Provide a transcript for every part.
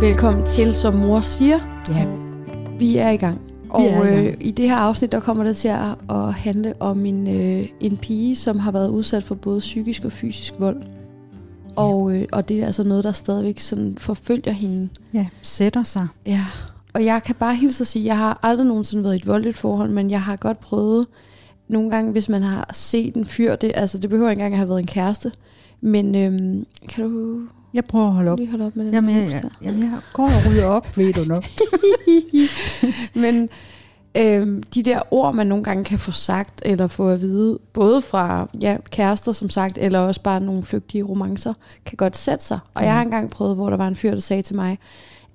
Velkommen til, som mor siger. Ja. Vi er i gang. Og er i gang. Øh, i det her afsnit, der kommer det til at, at handle om en, øh, en pige, som har været udsat for både psykisk og fysisk vold. Og, øh, og det er altså noget, der stadigvæk sådan forfølger hende. ja, sætter sig. Ja. Og jeg kan bare hilse og sige, at jeg har aldrig nogensinde været i et voldeligt forhold, men jeg har godt prøvet nogle gange, hvis man har set en fyr, det, altså det behøver ikke engang at have været en kæreste, men øhm, kan du Jeg prøver at holde op. lige holde op med den Jamen, jeg, mus der? jeg, jamen, jeg går og rydder op, ved du nok. Men øhm, de der ord, man nogle gange kan få sagt, eller få at vide, både fra ja, kærester, som sagt, eller også bare nogle flygtige romancer, kan godt sætte sig. Og jeg har engang prøvet, hvor der var en fyr, der sagde til mig,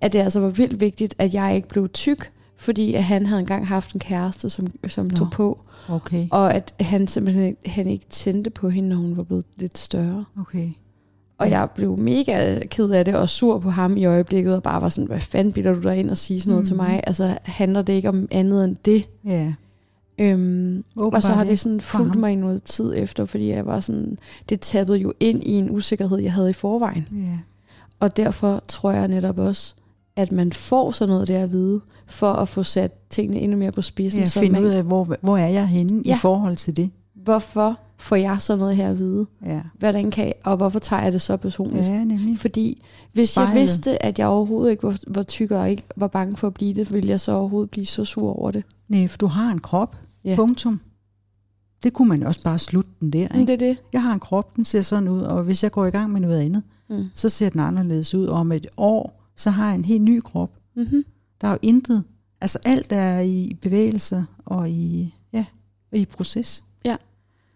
at det altså var vildt vigtigt, at jeg ikke blev tyk, fordi at han havde engang haft en kæreste, som, som Nå. tog på, Okay, og at han simpelthen ikke- han ikke tændte på hende, når hun var blevet lidt større. okay. Og jeg blev mega ked af det og sur på ham i øjeblikket, og bare var sådan, hvad fanden bilder du dig ind og sige sådan noget mm. til mig? Altså, handler det ikke om andet end det? Ja. Øhm, og så har Åbenbart det ikke sådan for fulgt ham. mig i noget tid efter, fordi jeg var sådan, det tappede jo ind i en usikkerhed, jeg havde i forvejen. Ja. Og derfor tror jeg netop også, at man får sådan noget der at vide, for at få sat tingene endnu mere på spidsen. ja, så finde man, ud af, hvor, hvor er jeg henne ja. Ja. i forhold til det. Hvorfor får jeg sådan noget her at vide? Ja, Hvordan kan jeg, og hvorfor tager jeg det så personligt? ja nemlig. Fordi hvis jeg Spejlet. vidste, at jeg overhovedet ikke var, var tyk og ikke var bange for at blive det, ville jeg så overhovedet blive så sur over det. Nej, for du har en krop. Ja. Ja. Punktum. Det kunne man også bare slutte den der. Men Ikke? det er det. Jeg har en krop, den ser sådan ud, og hvis jeg går i gang med noget andet, Mm. så ser den anderledes ud. Og om et år, så har jeg en helt ny krop. Mm-hmm. Der er jo intet. Altså alt er i bevægelse og i, ja, og i proces.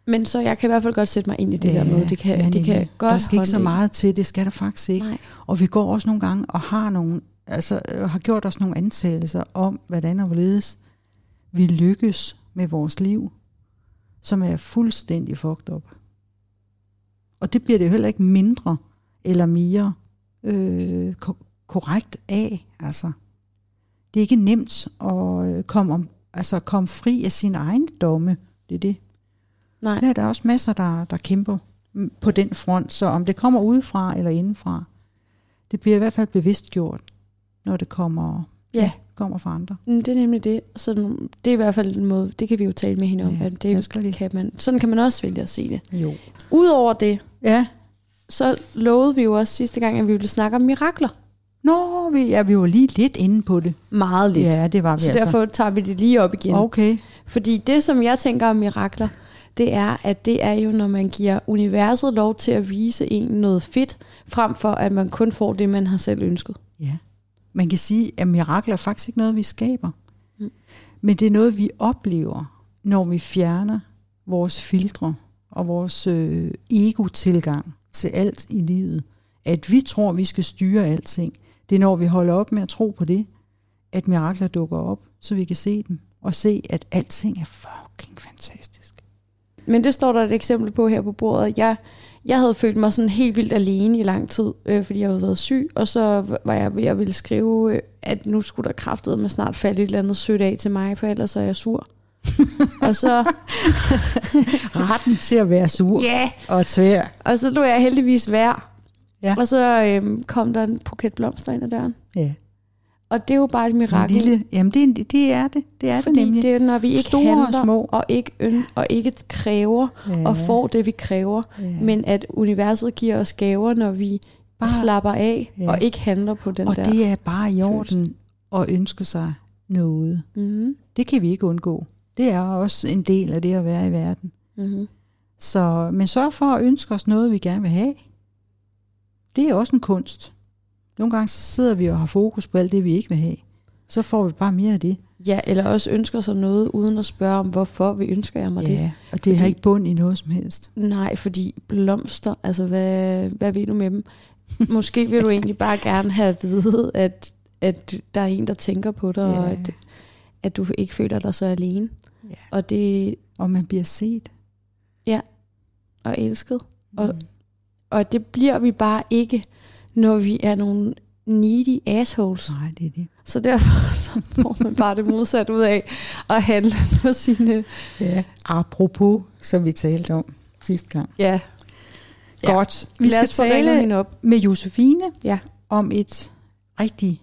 Men så jeg kan i hvert fald godt sætte mig ind i det ja, der med. Det kan, ja, det kan nemlig. godt Der skal ikke så håndhæve. meget til, det skal der faktisk ikke. Nej. Og vi går også nogle gange og har nogle, altså øh, har gjort os nogle antagelser om, hvordan og hvorledes vi lykkes med vores liv, som er fuldstændig fucked up. Og det bliver det jo heller ikke mindre eller mere øh, ko- korrekt af, altså. Det er ikke nemt at øh, komme, om, altså komme fri af sin egen domme. Det er det. Nej. Der er der også masser, der, der kæmper mm, på den front. Så om det kommer udefra eller indenfra, det bliver i hvert fald bevidst gjort, når det kommer, Ja. kommer fra andre. Mm, Det er nemlig det. Sådan, det er i hvert fald en måde, det kan vi jo tale med hende om. Ja, Ja, at lad det os gøre det. kan man, sådan kan man også vælge at se det. Jo. Udover det, Ja. så lovede vi jo også sidste gang, at vi ville snakke om mirakler. Nå, vi, ja, vi var lige lidt inde på det. Meget lidt. Ja, det var vi så altså. derfor tager vi det lige op igen. Okay. Fordi det, som jeg tænker om mirakler, det er, at det er jo, når man giver universet lov til at vise en noget fedt, frem for at man kun får det, man har selv ønsket. Ja. Man kan sige, at mirakler er faktisk ikke noget, vi skaber. Mm. Men det er noget, vi oplever, når vi fjerner vores filtre og vores øh, ego-tilgang til alt i livet. At vi tror, vi skal styre alting. Det er når vi holder op med at tro på det, at mirakler dukker op, så vi kan se dem og se, at alting er fucking fantastisk. Men det står der et eksempel på her på bordet. Jeg, jeg havde følt mig sådan helt vildt alene i lang tid, øh, fordi jeg havde været syg, og så var jeg ved at ville skrive, øh, at nu skulle der kraftet med snart falde et eller andet sødt af til mig, for ellers er jeg sur. og så, Retten til at være sur ja, yeah, og tvær. og så lå jeg heldigvis vær. Ja. Og så øhm, kom der en buket blomster ind ad døren. Ja. Og det er jo bare et En mirakel. lille, jamen det, er en- det er det. Det er Fordi det nemlig. det er, når vi ikke Store og handler små. og ikke øn, og ikke kræver ja. og får det, vi kræver, ja. Ja. men at universet giver os gaver, når vi bare. Bare- slapper af ja. Ja. og ikke handler på den og der. det er bare i orden at ønske sig noget. mm-hmm. Det kan vi ikke undgå. Det er også en del af det at være i verden. Mm-hmm. Så, men sørg for at ønske os noget, vi gerne vil have. Det er også en kunst. Nogle gange så sidder vi og har fokus på alt det, vi ikke vil have. Så får vi bare mere af det. Ja, eller også ønsker sig noget, uden at spørge om, hvorfor vi ønsker jeg mig ja. det. og det har fordi- ikke bund i noget som helst. Nej, fordi blomster, altså hvad, hvad vil du med dem? Måske vil du egentlig bare gerne have at vide, at, at der er en, der tænker på dig, ja. og Ja. at, at du ikke føler dig så alene. Ja. Og det Og man bliver set. og elsket. Og, Mm, og det bliver vi bare ikke, når vi er nogle needy assholes. Nej, det er det. Så derfor så får man bare det modsat ud af at handle på sine... Ja. Apropos, som vi talte om sidste gang. Ja, Ja. Godt. Vi lad skal os få ringet tale hende op. med Josefine Ja. om et rigtig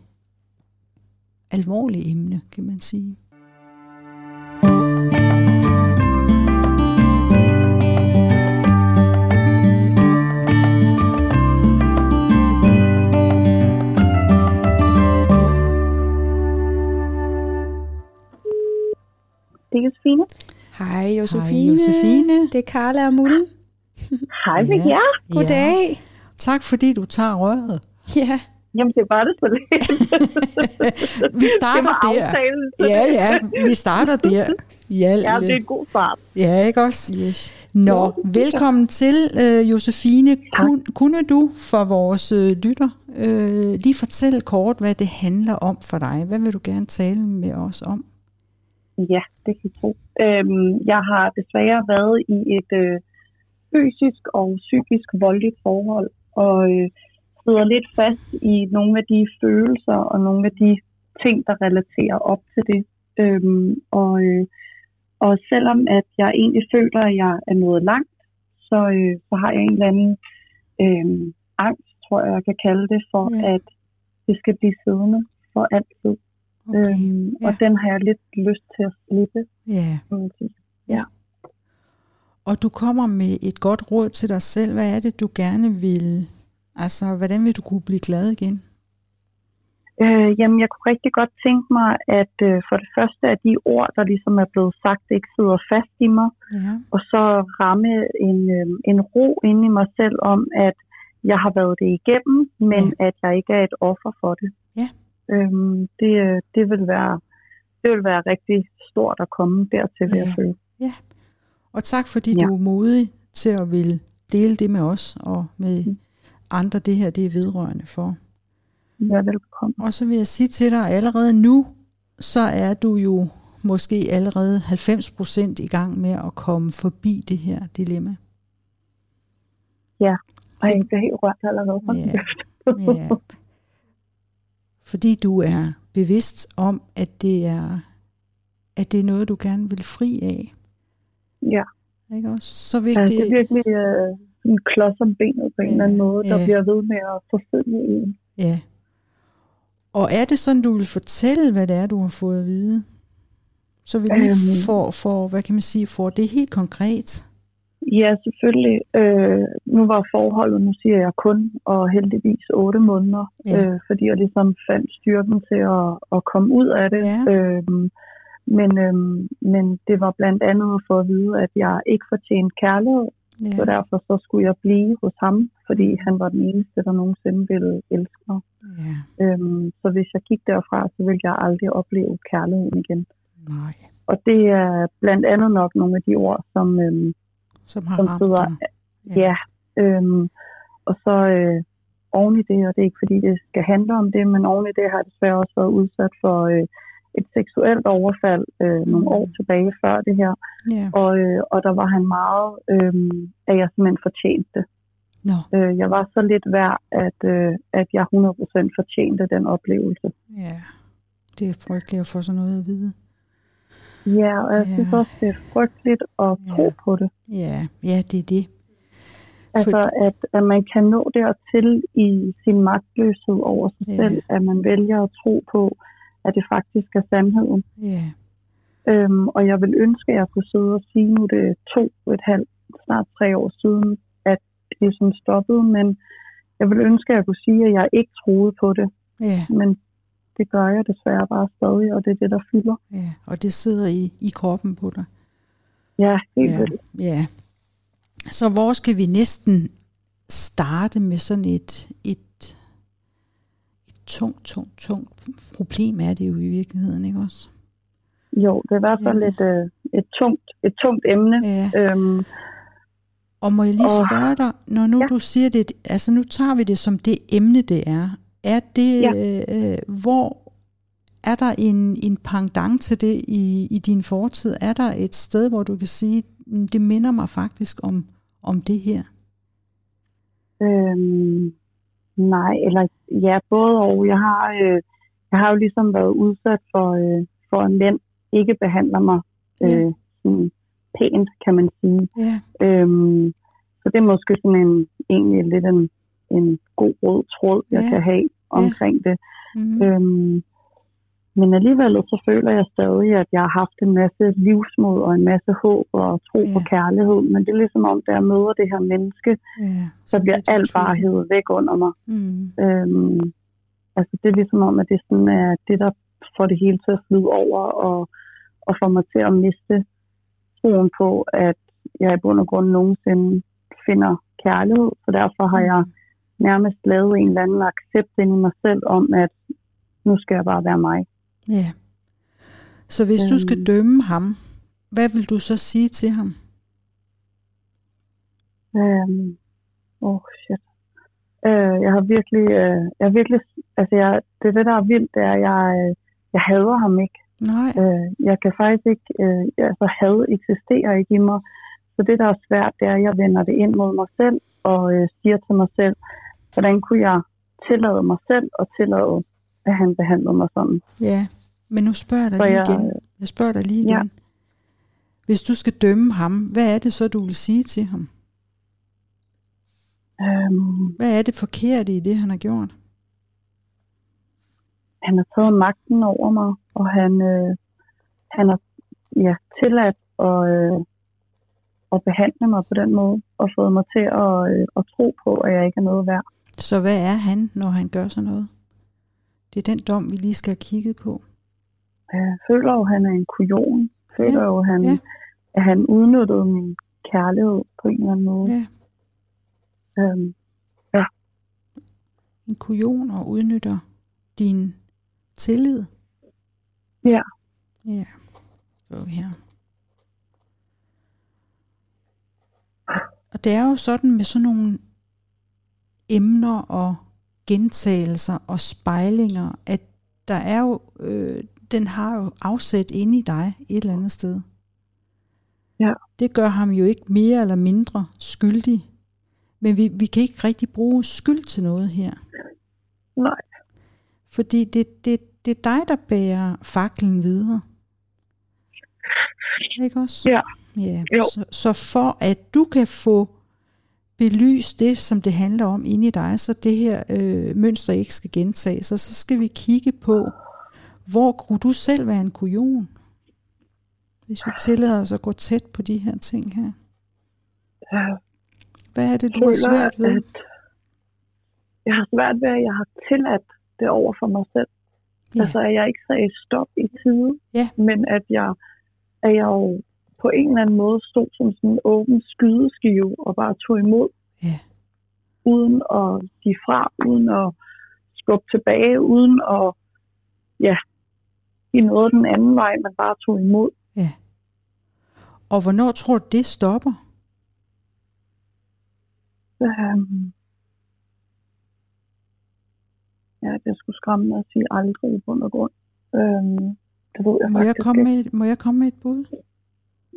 alvorligt emne, kan man sige. Det er Josefine. Hej Josefine. Hej Josefine. Det er Karla og Mullen. Hej med Ja. jer. Goddag. Ja. Tak fordi du tager røret. ja. Jamen, det var det så lidt. Vi Det starter var der. aftalen. Ja, ja, vi starter der. Ja, det er Hjalte. en god start. Ja, ikke også? Yes. Nå, velkommen til, øh, Josefine. Kun, kunne du for vores øh, lytter øh, lige fortælle kort, hvad det handler om for dig? Hvad vil du gerne tale med os om? Ja, det kan jeg tro. Øhm, jeg har desværre været i et øh, fysisk og psykisk voldeligt forhold, og øh, sidder lidt fast i nogle af de følelser og nogle af de ting, der relaterer op til det. Øhm, og, øh, og selvom at jeg egentlig føler, at jeg er nået langt, så, øh, så har jeg en eller anden øh, angst, tror jeg, jeg kan kalde det, for Ja. ja. at det skal blive siddende for altid. Okay. øhm, ja. Og den har jeg lidt lyst til at slippe. Ja, kan man sige. og du kommer med et godt råd til dig selv. Hvad er det, du gerne vil? Altså, hvordan vil du kunne blive glad igen? Øh, jamen, jeg kunne rigtig godt tænke mig, at øh, for det første, at de ord, der ligesom er blevet sagt, ikke sidder fast i mig, Ja, og så ramme en, øh, en ro inde i mig selv om, at jeg har været det igennem, men ja. at jeg ikke er et offer for det. Ja. Øhm, det, øh, det, vil være, det vil være rigtig stort at komme dertil, vil jeg Ja. føle. og tak fordi Ja. ja. du er modig til at vil dele det med os og med Mm. andre. Det her, det er vedrørende for. Ja, velkommen. Og så vil jeg sige til dig, at allerede nu, så er du jo måske allerede 90% i gang med at komme forbi det her dilemma. Ej, jeg bliver helt rørt allerede. Ja. Ja. Fordi du er bevidst om, at det er, at det er noget, du gerne vil fri af. ja. Ikke også? Så Ja, det er vigtigt. virkelig øh, en klods om benet på en Ja, eller anden måde, der ja. bliver ved med at forfølge en. Ja. Og er det sådan, du vil fortælle, hvad det er, du har fået at vide? Så vi lige Øhm. får, får, hvad kan man sige, får det helt konkret. Ja, selvfølgelig. Øh, nu var forholdet, nu siger jeg kun, og heldigvis otte måneder, Ja. ja. øh, fordi jeg ligesom fandt styrken til at, at komme ud af det. Ja. Øhm, men, øhm, men det var blandt andet at få at vide, at jeg ikke fortjente kærlighed, ja. så Ja. derfor så skulle jeg blive hos ham, fordi Mm. han var den eneste, der nogensinde ville elske mig. ja. Øhm, så hvis jeg gik derfra, så ville jeg aldrig opleve kærligheden igen. Nej. Og det er blandt andet nok nogle af de ord, som, øhm, Som har Som ramt sidder- dig. ja. ja øhm, og så øh, oven i det, og det er ikke fordi, det skal handle om det, men oven i det har jeg desværre også været udsat for øh, et seksuelt overfald øh, mm. nogle Mm. år tilbage før det her. ja. Og, øh, og der var han meget, øh, at jeg simpelthen fortjente det. Nå, Øh, jeg var så lidt værd, at, øh, at jeg 100% fortjente den oplevelse. ja. Det er frygteligt at få sådan noget at vide. Ja, og jeg synes Ja. også, det er frygteligt at tro Ja. på det. Ja, ja det er det. Altså, at, at man kan nå dertil i sin magtløshed over sig Ja. yeah. selv, at man vælger at tro på, at det faktisk er sandheden. ja, Øhm, og jeg vil ønske, at jeg kunne sidde og sige, nu er det er to, et halvt, snart tre år siden, at det ligesom stoppede, men jeg vil ønske, at jeg kunne sige, at jeg ikke troede på det, ja, men det gør jeg desværre bare stadig, og det er det, der fylder. ja. Og det sidder i, i kroppen på dig. Ja, helt Ja, vildt. ja. Så hvor skal vi næsten starte med sådan et, et, et tungt, tungt, tungt problem er det jo i virkeligheden, ikke også? Jo, det er i hvert fald Ja. et, øh, et, tungt, et tungt emne. Ja. Øhm, Og må jeg lige Og- spørge dig, når nu ja. Ja. du siger det, altså nu tager vi det som det emne, det er. Er det, Ja. ja. øh, hvor er der en, en pendant til det i, i din fortid? Er der et sted, hvor du kan sige, "Mm, det minder mig faktisk om, om det her? Øhm, nej, eller ja, både og. Jeg har, øh, jeg har jo ligesom været udsat for, øh, for at mænd ikke behandler mig øh, sådan pænt, kan man sige. Ja, Øhm, så det er måske sådan en, egentlig lidt en, en god rød tråd, jeg Ja. kan have omkring det. Mm. Øhm, men alligevel så føler jeg stadig, at jeg har haft en masse livsmod og en masse håb og tro på Ja. kærlighed. Men det er ligesom om, da jeg møder det her menneske, Ja, så bliver lidt alt bare utroligt. hævet væk under mig. Mm. Øhm, altså det er ligesom om, at det sådan er det, der får det hele til at flyde over og, og får mig til at miste troen på, at jeg i bund og grund nogensinde finder kærlighed. Så derfor Mm. har jeg nærmest lavet en eller anden accept ind i mig selv om, at nu skal jeg bare være mig. Ja. Så hvis du skal Øhm. dømme ham, hvad vil du så sige til ham? Øhm, oh shit. Øh, jeg har virkelig, øh, jeg har virkelig, altså jeg, det er det, der er vildt, det er, at jeg, øh, jeg hader ham ikke. Nej. Øh, jeg kan faktisk ikke, øh, altså had eksisterer ikke i mig. Så det, der er svært, det er, at jeg vender det ind mod mig selv og øh, siger til mig selv, hvordan kunne jeg tillade mig selv og tillade, at han behandlede mig sådan. Ja. Men nu spørger jeg dig Så lige jeg- igen. Jeg spørger dig lige Ja. igen. Hvis du skal dømme ham, hvad er det så, du vil sige til ham? Øhm, Hvad er det forkerte i det, han har gjort? han har taget magten over mig, og han, øh, han har ja, tilladt at, øh, at behandle mig på den måde, og fået mig til at, øh, at tro på, at jeg ikke er noget værd. Så hvad er han, når han gør sådan noget? Det er den dom, vi lige skal have kigget på. Jeg føler jo, at han er en kujon. Jeg føler Ja, jo, at han, ja. at han udnyttede min kærlighed på en eller anden måde. Ja. Øhm, En kujon og udnytter din tillid. Ja. Ja. Go her. Og det er jo sådan med sådan nogle emner og gentagelser og spejlinger, at der er jo, øh, den har jo afsæt inde i dig et eller andet sted. Ja. Det gør ham jo ikke mere eller mindre skyldig. Men vi, vi kan ikke rigtig bruge skyld til noget her. nej, Fordi det, det, det er dig, der bærer faklen videre. Ikke også? Ja. ja. Jo. Så, så for at du kan få belyst det, som det handler om inde i dig, så det her øh, mønster ikke skal gentages, og så skal vi kigge på, hvor kunne du selv være en kujon? Hvis vi tillader os at gå tæt på de her ting her. jeg Hvad er det, du har føler, svært ved? at jeg har svært ved, at jeg har tilladt det over for mig selv. Ja. Ja. Altså, at jeg ikke sagde stop i tide, Ja. men at jeg, at jeg jo på en eller anden måde stod som sådan en åben skydeskive og bare tog imod, Ja. uden at sige fra, uden at skubbe tilbage, uden at ja, give noget den anden vej, man bare tog imod. Og hvornår tror du, det stopper? Øhm, ja, det skulle skræmme mig at sige aldrig i bund og grund. Øhm, det ved jeg Må jeg, faktisk komme ikke. med, et- må jeg komme med et bud?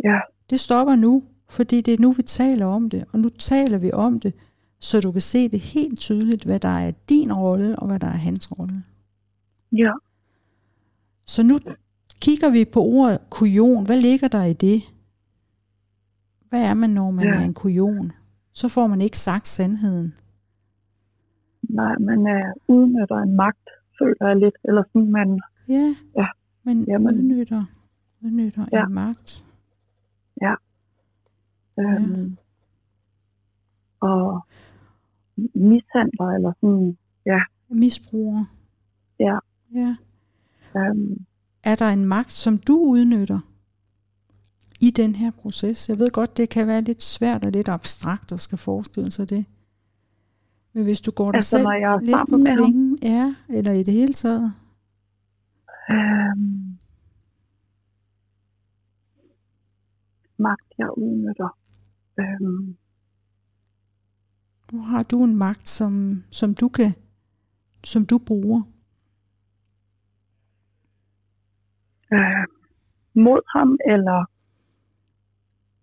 Ja, Det stopper nu, fordi det er nu, vi taler om det, og nu taler vi om det, så du kan se det helt tydeligt, hvad der er din rolle, og hvad der er hans rolle. ja, Så nu kigger vi på ordet kujon. Hvad ligger der i det? Hvad er man, når man Ja. er en kujon? Så får man ikke sagt sandheden. nej, man er udnytter en magt, føler jeg lidt. Eller sådan, man, Ja, Ja. men Jamen. udnytter, udnytter ja. Ja. en magt. øhm, Mm. og mishandler, eller sådan, Misbruger. Ja. ja. øhm, er der en magt, som du udnytter i den her proces? Jeg ved godt, det kan være lidt svært og lidt abstrakt at skal forestille sig det. Men hvis du går dig altså selv når jeg er lidt på sammen med ham, klingen, ja, eller i det hele taget, øhm, magt, jeg udnytter. Øhm, nu har du en magt, som, som du kan, som du bruger. øh, mod ham, eller,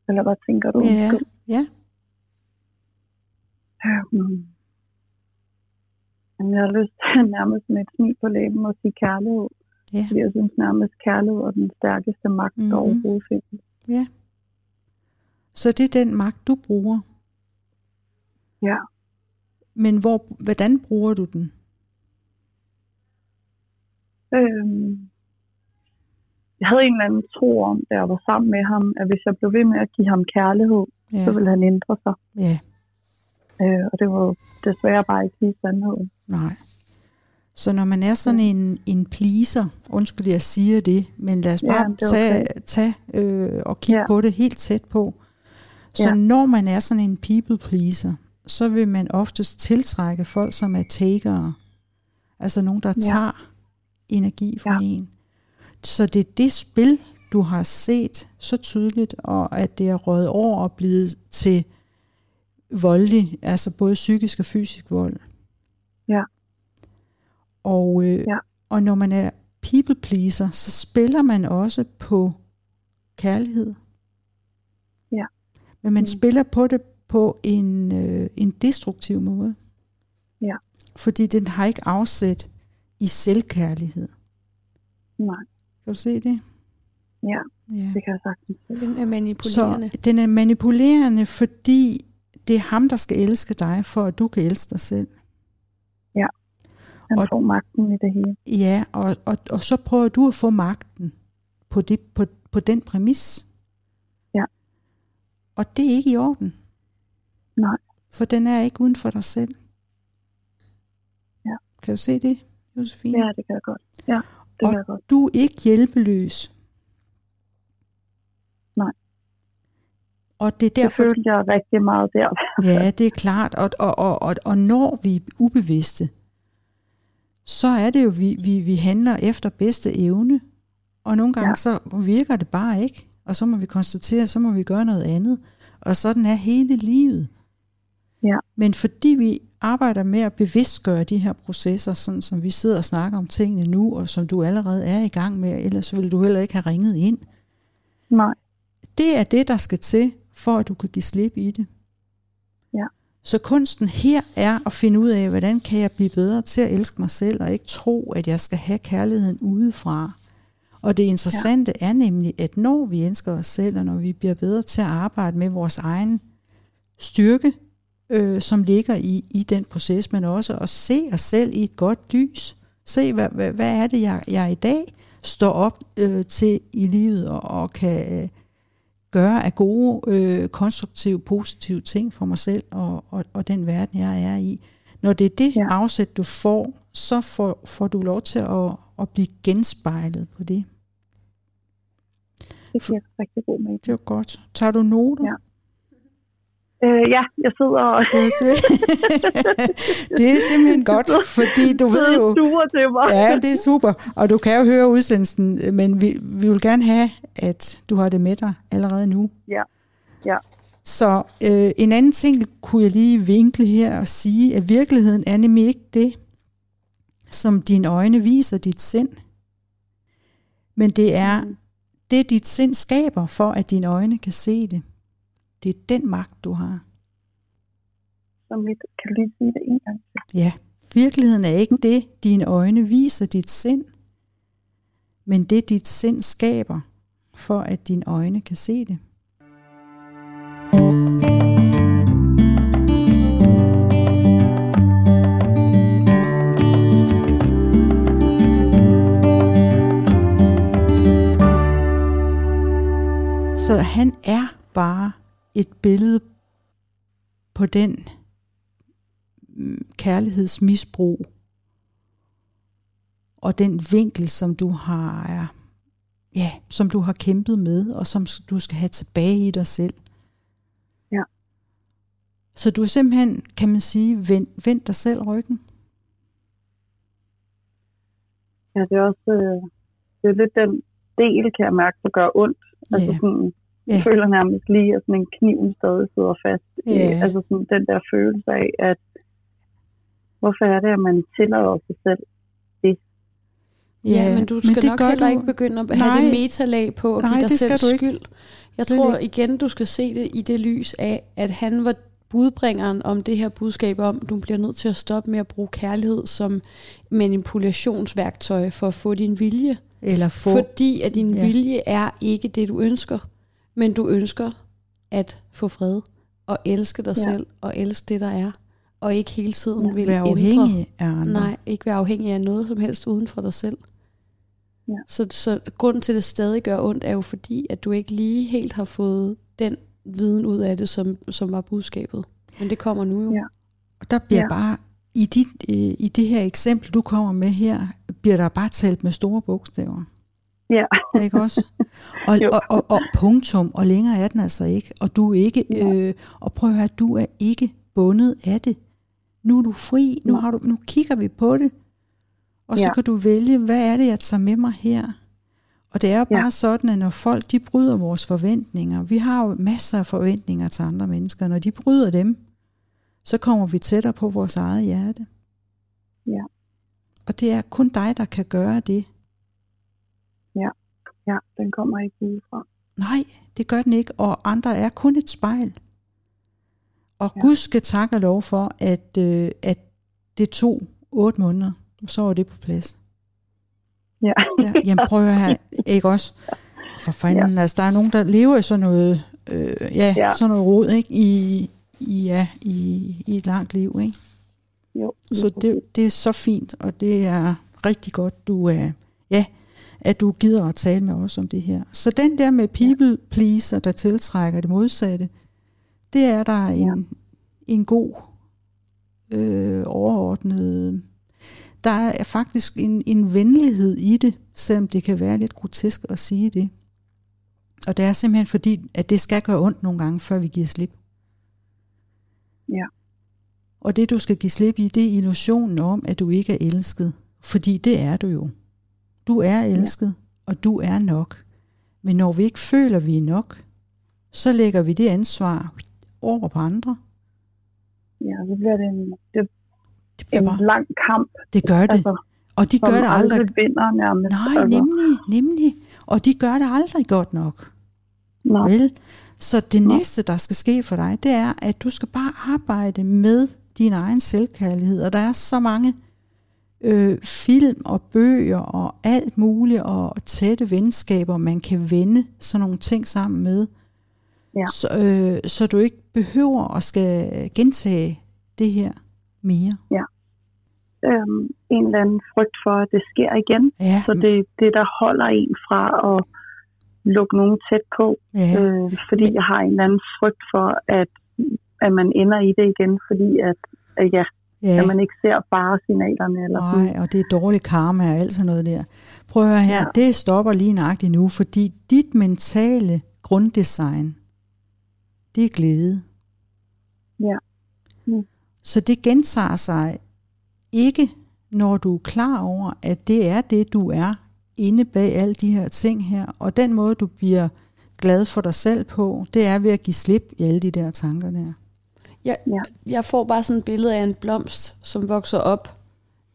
eller hvad tænker du? Ja, Undskyld. ja. Øhm, jamen, jeg har lyst til nærmest med et smil på læben at sige kærlighed. Ja. Fordi jeg synes nærmest, kærlighed er den stærkeste magt, der Mhm. overhovedet findes. Så det er den magt, du bruger. Ja. Men hvor, hvordan bruger du den? Øhm, jeg havde en eller anden tro om, da jeg var sammen med ham, at hvis jeg blev ved med at give ham kærlighed, ja. så Ja, ville han ændre sig. ja, Øh, og det var jo desværre bare ikke lige sandheden. nej. Så når man er sådan en, en pleaser, undskyld jeg siger det, men lad os Ja, bare det ja, er tage, tage øh, og kigge ja. Ja. på det helt tæt på. Så ja. Ja. når man er sådan en people pleaser, så vil man oftest tiltrække folk, som er takere. Altså nogen, der Ja. tager energi fra Ja. en. Så det er det spil, du har set så tydeligt, og at det er røget over og blevet til voldelig, altså både psykisk og fysisk vold. Ja. Og, øh, Ja. og når man er people pleaser, så spiller man også på kærlighed. Ja. Men man Mm. spiller på det på en, øh, en destruktiv måde. Ja. Fordi den har ikke afsæt i selvkærlighed. Nej, Kan du se det? ja, Ja. det kan jeg sagtens se. Den er manipulerende. Så den er manipulerende, fordi det er ham, der skal elske dig, for at du kan elske dig selv. Han Og- tog magten i det hele. Ja, og, og, og så prøver du at få magten på, det, på, på den præmis. Ja. Og det er ikke i orden. Nej. For den er ikke uden for dig selv. Ja. Kan du se det, Josefine? Ja, det kan jeg godt. Ja, det kan jeg godt. Du er ikke hjælpeløs. Nej. Og det er Det derfor, følte jeg rigtig meget der. Ja, det er klart. Og, og, og, og, og når vi er ubevidste, så er det jo, vi, vi, vi handler efter bedste evne. Og nogle gange ja. Ja. så virker det bare ikke. Og så må vi konstatere, så må vi gøre noget andet. Og sådan er hele livet. Ja. Men fordi vi arbejder med at bevidstgøre de her processer, sådan som vi sidder og snakker om tingene nu, og som du allerede er i gang med, ellers ville du heller ikke have ringet ind. Nej, Det er det, der skal til, for at du kan give slip i det. Ja. Så kunsten her er at finde ud af, hvordan kan jeg blive bedre til at elske mig selv, og ikke tro, at jeg skal have kærligheden udefra. Og det interessante ja. er nemlig, at når vi elsker os selv, og når vi bliver bedre til at arbejde med vores egen styrke, øh, som ligger i, i den proces, men også at se os selv i et godt lys. Se, hvad, hvad, hvad er det, jeg, jeg i dag står op øh, til i livet, og, og kan... Øh, gøre af gode, øh, konstruktive, positive ting for mig selv og, og, og den verden, jeg er i. Når det er det ja. Ja. afsæt, du får, så får, får du lov til at, at blive genspejlet på det. det giver rigtig god mening. Det er jo godt. Tager du noter? Ja. Øh, ja, jeg sidder og Det, er, sim- det er simpelthen godt, fordi du ved jo... stuer til mig. Ja, det er super. Og du kan jo høre udsendelsen, men vi, vi vil gerne have, at du har det med dig allerede nu. Ja. Ja. Så øh, en anden ting kunne jeg lige vinkle her og sige, at virkeligheden er nemlig ikke det, som dine øjne viser dit sind. Men det er det, dit sind skaber for, at dine øjne kan se det. Det er den magt, du har. Som lidt, kan du lige sige det en gang til? Ja, virkeligheden er ikke det, dine øjne viser dit sind, men det, dit sind skaber, for at dine øjne kan se det. Så han er bare et billede på den kærlighedsmisbrug og den vinkel, som du har, ja, som du har kæmpet med, og som s- du skal have tilbage i dig selv. Ja. Så du er simpelthen, kan man sige, vend, vend dig selv ryggen. Ja, det er også øh, det er lidt den del, kan jeg mærke, der gør ondt. Altså Ja. sådan, jeg Ja. føler nærmest lige, at sådan en kniven stadig sidder fast. Ja. Øh, Altså sådan den der følelse af, at hvorfor er det, at man tillader sig selv? Ja, men du skal men nok heller ikke begynde at have Nej. det metalag på og Nej, give dig det selv skal du ikke. skyld. Jeg Slet tror igen, du skal se det i det lys af, at han var budbringeren om det her budskab om, du bliver nødt til at stoppe med at bruge kærlighed som manipulationsværktøj for at få din vilje. Eller få, Fordi at din Ja. ja. vilje er ikke det, du ønsker, men du ønsker at få fred og elske dig Ja. ja. selv og elske det, der er. Og ikke hele tiden ja, vil være ændre. afhængig af andre. Nej, ikke være afhængig af noget som helst uden for dig selv. Ja. Så, så grunden til, at det stadig gør ondt, er jo fordi, at du ikke lige helt har fået den viden ud af det, som, som var budskabet. Men det kommer nu jo. Ja. Og der bliver ja. Ja. bare, i, dit, øh, i det her eksempel, du kommer med her, bliver der bare talt med store bogstaver. Ja. Ikke også? Og, Jo. og, og, og punktum, og længere er den altså ikke. Og du er ikke, øh, og prøv at høre, du er ikke bundet af det. Nu er du fri, nu, Nej. har du, nu kigger vi på det, og så Ja. kan du vælge, hvad er det, jeg tager med mig her? Og det er jo Ja. bare sådan, at når folk de bryder vores forventninger, vi har jo masser af forventninger til andre mennesker, når de bryder dem, så kommer vi tættere på vores eget hjerte. Ja. Og det er kun dig, der kan gøre det. ja, den kommer ikke udefra. Nej, det gør den ikke, og andre er kun et spejl. Og ja. Ja. Gud skal takke og lov for, at, øh, at det tog otte måneder, så var det på plads. Ja. Ja, jamen prøv at høre, ikke også? For fanden, ja. altså der er nogen, der lever i sådan noget, øh, ja, ja. Ja. sådan noget rod, ikke? I, i, ja, i, i et langt liv, ikke? Jo, Så det, det er så fint, og det er rigtig godt, du er, ja, at du gider at tale med os om det her. Så den der med people pleaser, der tiltrækker det modsatte, det er der en, en god øh, overordnet... Der er faktisk en, en venlighed i det, selvom det kan være lidt grotesk at sige det. Og det er simpelthen fordi, at det skal gøre ondt nogle gange, før vi giver slip. Og det, du skal give slip i, det er illusionen om, at du ikke er elsket. Fordi det er du jo. Du er elsket, ja. og du er nok. Men når vi ikke føler, vi er nok, så lægger vi det ansvar over på andre. ja, så bliver det en, det, Det, bliver en bare, lang kamp, det gør det. altså, Og de som gør det aldrig. aldrig vinder nærmest. Nej, altså, nemlig, nemlig. Og de gør det aldrig godt nok. nej, Vel? Så det Nej. næste, der skal ske for dig, det er, at du skal bare arbejde med din egen selvkærlighed. Og der er så mange øh, film og bøger og alt muligt, og tætte venskaber, man kan vende sådan nogle ting sammen med. Ja. Så, øh, så du ikke behøver at skal gentage det her mere. øhm, en eller anden frygt for, at det sker igen. Ja, Så det er det, der holder en fra at lukke nogen tæt på, ja. øh, fordi jeg har en eller anden frygt for, at, at man ender i det igen, fordi at, at, ja, ja. at man ikke ser bare signalerne. Eller sådan. Nej, og det er dårlig karma og alt sådan noget der. Prøv at høre her, ja. Ja. det stopper lige nøjagtigt nu, fordi dit mentale grunddesign, det er glæde. Ja. Mm. Så det gentager sig ikke, når du er klar over, at det er det, du er inde bag alle de her ting her. Og den måde, du bliver glad for dig selv på, det er ved at give slip i alle de der tanker der. Jeg, ja. Ja. jeg får bare sådan et billede af en blomst, som vokser op,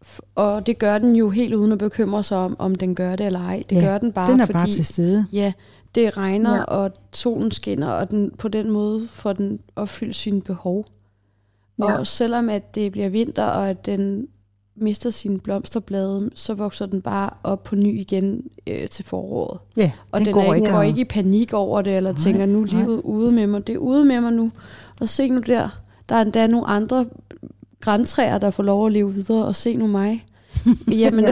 F- og det gør den jo helt uden at bekymre sig om, om den gør det eller ej. Det Ja, ja, gør den bare, den er fordi bare til stede. ja, det regner, Ja. ja. og solen skinner, og den, på den måde får den opfyldt sine behov. Ja. Ja. Og selvom at det bliver vinter, og at den mister sine blomsterblade, så vokser den bare op på ny igen øh, til foråret. Ja, Og den, den går, er ikke, går at- ikke i panik over det, eller Nej, nej, tænker, nu er nej. livet ude med mig. Det er ude med mig nu. Og se nu der, der er endda nogle andre græntræer, der får lov at leve videre, og se nu mig. Jamen,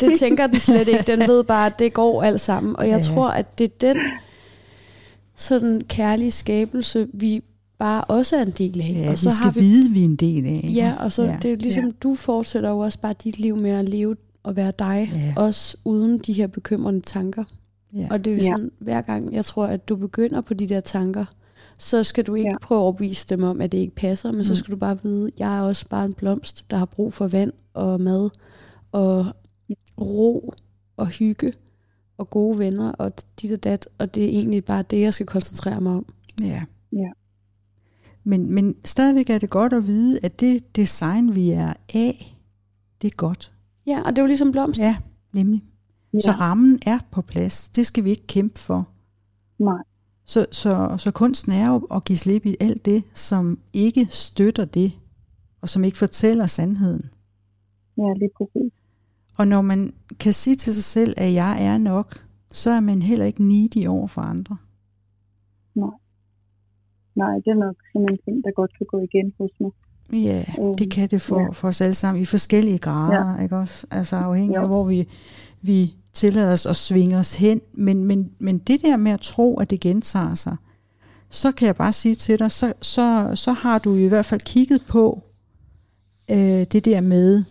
det tænker den slet ikke. Den ved bare, at det går alt sammen. Og jeg Ja. ja. tror, at det er den sådan kærlige skabelse, vi bare også er en del af. Ja, og så vi skal har vi... vide, vi er en del af. ikke? Ja, og så ja. det er jo ligesom, ja. du fortsætter jo også bare dit liv med at leve og være dig, Ja. ja. også uden de her bekymrende tanker. Ja. Og det er jo Ja. sådan, hver gang jeg tror, at du begynder på de der tanker, så skal du ikke Ja. ja. prøve at overbevise dem om, at det ikke passer, men mm. Mm. så skal du bare vide, at jeg er også bare en blomst, der har brug for vand og mad og ro og hygge og gode venner og dit og dat, og det er egentlig bare det, jeg skal koncentrere mig om. Ja. Ja. Men, men stadigvæk er det godt at vide, at det design, vi er af, det er godt. Ja, og det er jo ligesom blomst. Ja, nemlig. Ja. Ja. Så rammen er på plads. Det skal vi ikke kæmpe for. Nej, Så, så, så kunsten er jo at give slip i alt det, som ikke støtter det, og som ikke fortæller sandheden. ja, lige præcis. Og når man kan sige til sig selv, at jeg er nok, så er man heller ikke needy over for andre. Nej, det er nok sådan en ting, der godt kan gå igen hos mig. Ja, Øhm, det kan det for, ja. for os alle sammen i forskellige grader, ja. ikke også? Altså afhængig af, Jo. hvor vi, vi tillade os at svinge os hen. Men, men, men det der med at tro, at det gentager sig, så kan jeg bare sige til dig, så, så, så har du i hvert fald kigget på øh, det der med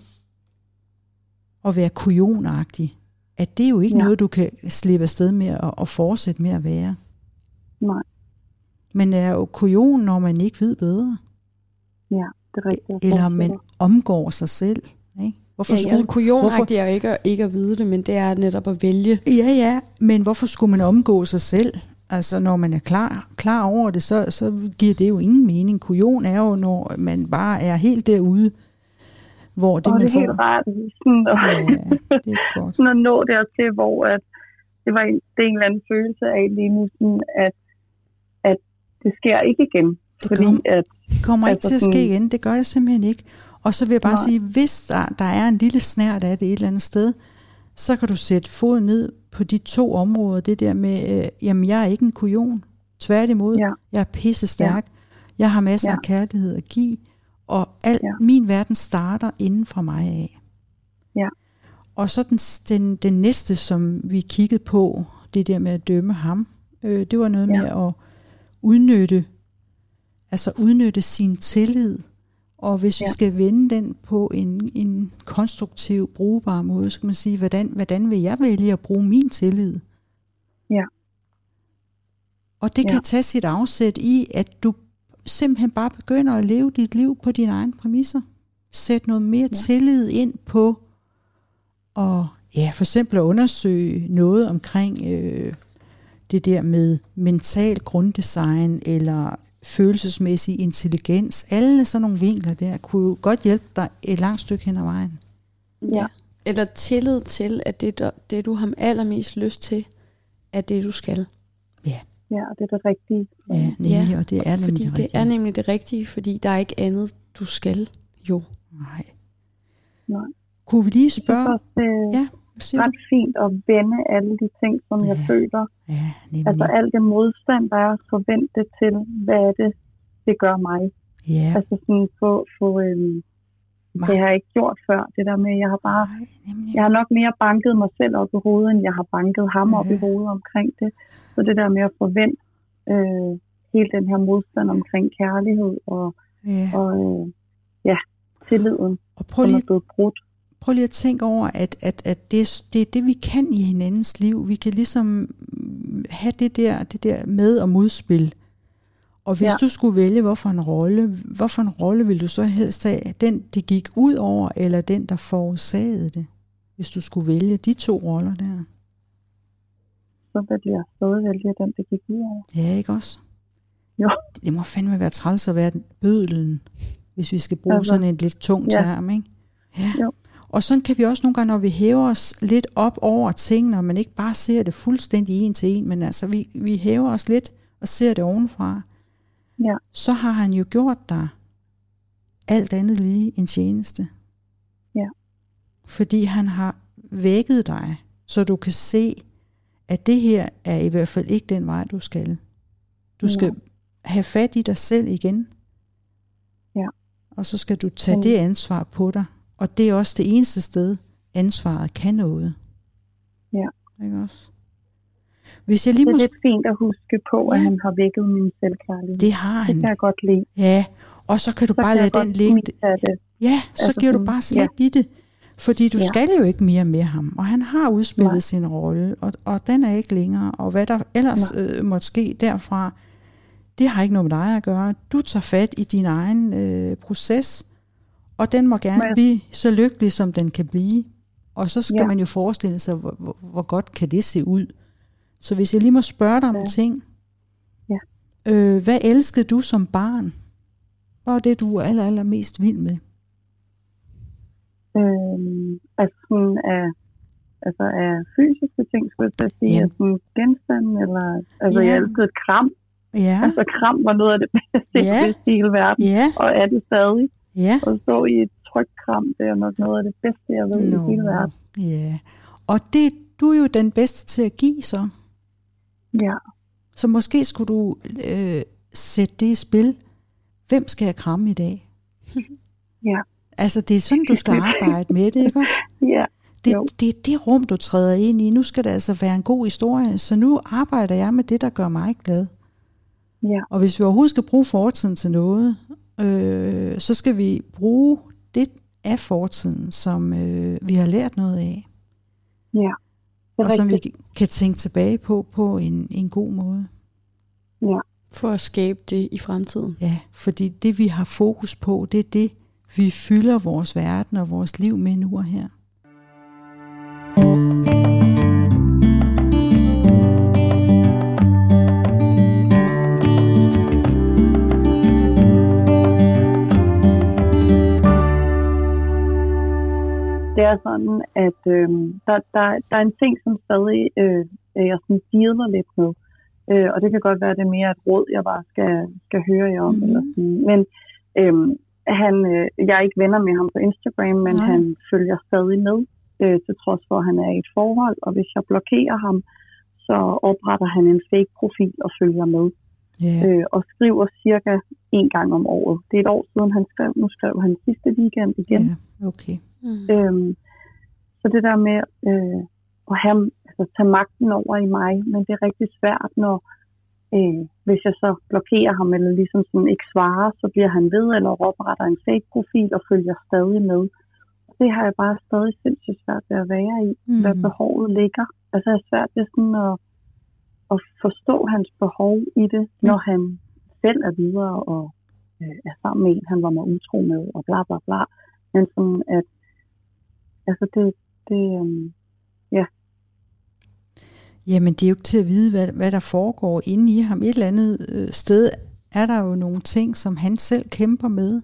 at være kujonagtig. At det er jo ikke ja. Ja. noget, du kan slippe afsted med at, at fortsætte med at være. Nej, Man er jo kujon, når man ikke ved bedre. ja, det er rigtigt. Jeg Eller forstår man dig. omgår sig selv. Ikke? Hvorfor Ja, skulle jeg kujonagtig Hvorfor? er jo ikke at, ikke at vide det, men det er netop at vælge. Ja, ja, men hvorfor skulle man omgå sig selv? Altså, når man er klar, klar over det, så, så giver det jo ingen mening. Kujon er jo, når man bare er helt derude, hvor det, Og man det er får... helt rart sådan at, Ja, det er godt. sådan at nå dertil, hvor at det, var en, det er en eller anden følelse af lige nu, sådan at, at det sker ikke igen. Det Fordi kom- at, Det kommer ikke Altså til at ske sådan- igen, det gør det simpelthen ikke. Og så vil jeg bare Nej. sige, hvis der, der er en lille snært af det et eller andet sted, så kan du sætte fod ned på de to områder. Det der med, øh, jamen jeg er ikke en kujon. Tværtimod, Ja. jeg er pisse stærk. Jeg har masser Ja. af kærlighed at give. Og al, Ja. min verden starter inden fra mig af. Ja. Og så den, den, den næste, som vi kiggede på, det der med at dømme ham, øh, det var noget ja. Ja. med at udnytte, altså udnytte sin tillid. Og hvis ja. vi Ja. skal vende den på en, en konstruktiv, brugbar måde, så kan man sige, hvordan, hvordan vil jeg vælge at bruge min tillid? Ja. Og det ja. Ja. kan tage sit afsæt i, at du simpelthen bare begynder at leve dit liv på dine egne præmisser. Sæt noget mere ja. tillid ind på, og ja, for eksempel at undersøge noget omkring øh, det der med mental grunddesign eller følelsesmæssig intelligens. Alle sådan nogle vinkler der kunne jo godt hjælpe dig et langt stykke hen ad vejen. Ja. Eller tillid til, at det, der- det du har allermest lyst til, er det, du skal. ja, det er det rigtige. Ja, nemlig, ja, og det er fordi nemlig det er nemlig det rigtige, fordi der er ikke andet, du skal jo. Nej. Nej. Kunne vi lige Jeg synes spørge? også, øh, det er Ja, Hvad siger du? ret fint at vende alle de ting, som jeg Ja. Mm. føler. Ja, Altså nemlig. alt det modstand, der er forventet til, hvad er det, det gør mig. Ja, Altså sådan få, få øhm, det har jeg ikke gjort før. Det der med, jeg har bare, nej, nemlig. jeg har nok mere banket mig selv op i hovedet, end jeg har banket ham op i Mhm. hovedet omkring det. Så det der med at forvente øh, hele den her modstand omkring kærlighed og, Ja. og øh, ja, tilliden, Og prøv som lige er blevet brudt. prøv lige at tænke over, at, at, at det, det er det, vi kan i hinandens liv. Vi kan ligesom mm, have det der, det der med- og modspil. Og hvis ja. Ja. du skulle vælge, hvorfor en rolle, hvorfor en rolle vil du så helst have? Den, det gik ud over, eller den, der forårsagede det? Hvis du skulle vælge de to roller der. Så vil jeg stadig vælge den, det gik ud over. Ja, ikke også? Jo. Det må fandme være træls at være den- bødlen, hvis vi skal bruge altså, Altså, sådan en lidt tung ja. term, ikke? Ja. Jo. Og sådan kan vi også nogle gange, når vi hæver os lidt op over tingene, og man ikke bare ser det fuldstændig en til en, men altså vi, vi hæver os lidt og ser det ovenfra, Ja. så har han jo gjort dig alt andet lige en tjeneste. Ja. Fordi han har vækket dig, så du kan se, at det her er i hvert fald ikke den vej, du skal. Du skal have fat i dig selv igen. Ja. Og så skal du tage Mm. det ansvar på dig. Og det er også det eneste sted, ansvaret kan noget. Ja. Ikke også? Hvis jeg lige Det må... er lidt fint at huske på, at Ja. han har vækket min selvkærlighed. Det, Det har det kan han. jeg godt lide. Ja. Og så kan du Så bare kan lade jeg godt den ligge. smile af det. Ja, så Altså giver du sådan, bare slip ja. i det. Fordi du ja. Ja. skal jo ikke mere med ham, og han har udspillet Nej. Nej. sin rolle, og, og den er ikke længere. Og hvad der ellers øh, måtte ske derfra, det har ikke noget med dig at gøre. Du tager fat i din egen øh, proces, og den må gerne Må jeg- blive så lykkelig, som den kan blive. Og så skal ja. Ja. man jo forestille sig, hvor, hvor, hvor godt kan det se ud. Så hvis jeg lige må spørge dig om ja. en ting. Ja. Øh, hvad elskede du som barn? Hvad var det, du er aller, aller mest vild med? Øhm, altså sådan af, altså af fysiske ting, skulle jeg til at sige, Ja. yeah. sådan genstande, eller, altså Ja. yeah. jeg elskede et kram, Ja, altså kram var noget af det bedste, Ja. yeah. jeg vidste i hele verden, ja, og er det stadig, ja. og stå i et trygt kram, det er nok noget af det bedste, jeg ved no. i hele verden. Ja. Og det, du er jo den bedste til at give så. Ja, Så måske skulle du øh, sætte det i spil. Hvem skal jeg kramme i dag? ja, Altså, det er sådan, du skal arbejde med det, ikke også? ja, Det, Jo. det er det rum, du træder ind i. Nu skal det altså være en god historie, så nu arbejder jeg med det, der gør mig glad. Ja, Og hvis vi overhovedet skal bruge fortiden til noget, øh, så skal vi bruge det af fortiden, som øh, vi har lært noget af, ja. Det er og som vi rigtigt. kan tænke tilbage på på en, en god måde. Ja, for at skabe det i fremtiden. Ja, fordi det vi har fokus på, det er det, vi fylder vores verden og vores liv med nu og her. det er sådan, at øh, der, der, der er en ting, som stadig øh, øh, jeg sådan dealer lidt med. Øh, og det kan godt være, at det er mere et råd, jeg bare skal, skal høre jer om. Mhm. Mm-hmm. Eller sådan. Men øh, han, øh, jeg er ikke venner med ham på Instagram, men Nej. Nej. han følger stadig med, øh, til trods for, at han er i et forhold. Og hvis jeg blokerer ham, så opretter han en fake profil og følger med. Ja, øh, og skriver cirka en gang om året. Det er et år siden, han skrev. Nu skrev han sidste weekend igen. ja okay. Mm. Ja. Øhm, så det der med øh, at have, altså, tage magten over i mig, men det er rigtig svært, når øh, hvis jeg så blokerer ham, eller ligesom sådan ikke svarer, så bliver han ved, eller opretter en fake-profil og følger stadig med. Det har jeg bare stadig sindssygt svært ved at være i hvad Mm. behovet ligger. Altså jeg har svært ved sådan at, at forstå hans behov i det, når han selv er videre og øh, er sammen med en, han var mig utro med, og bla bla bla. Men sådan at, altså det, det øhm, Jamen, det er jo ikke til at vide, hvad, hvad der foregår inde i ham. Et eller andet øh, sted er der jo nogle ting, som han selv kæmper med.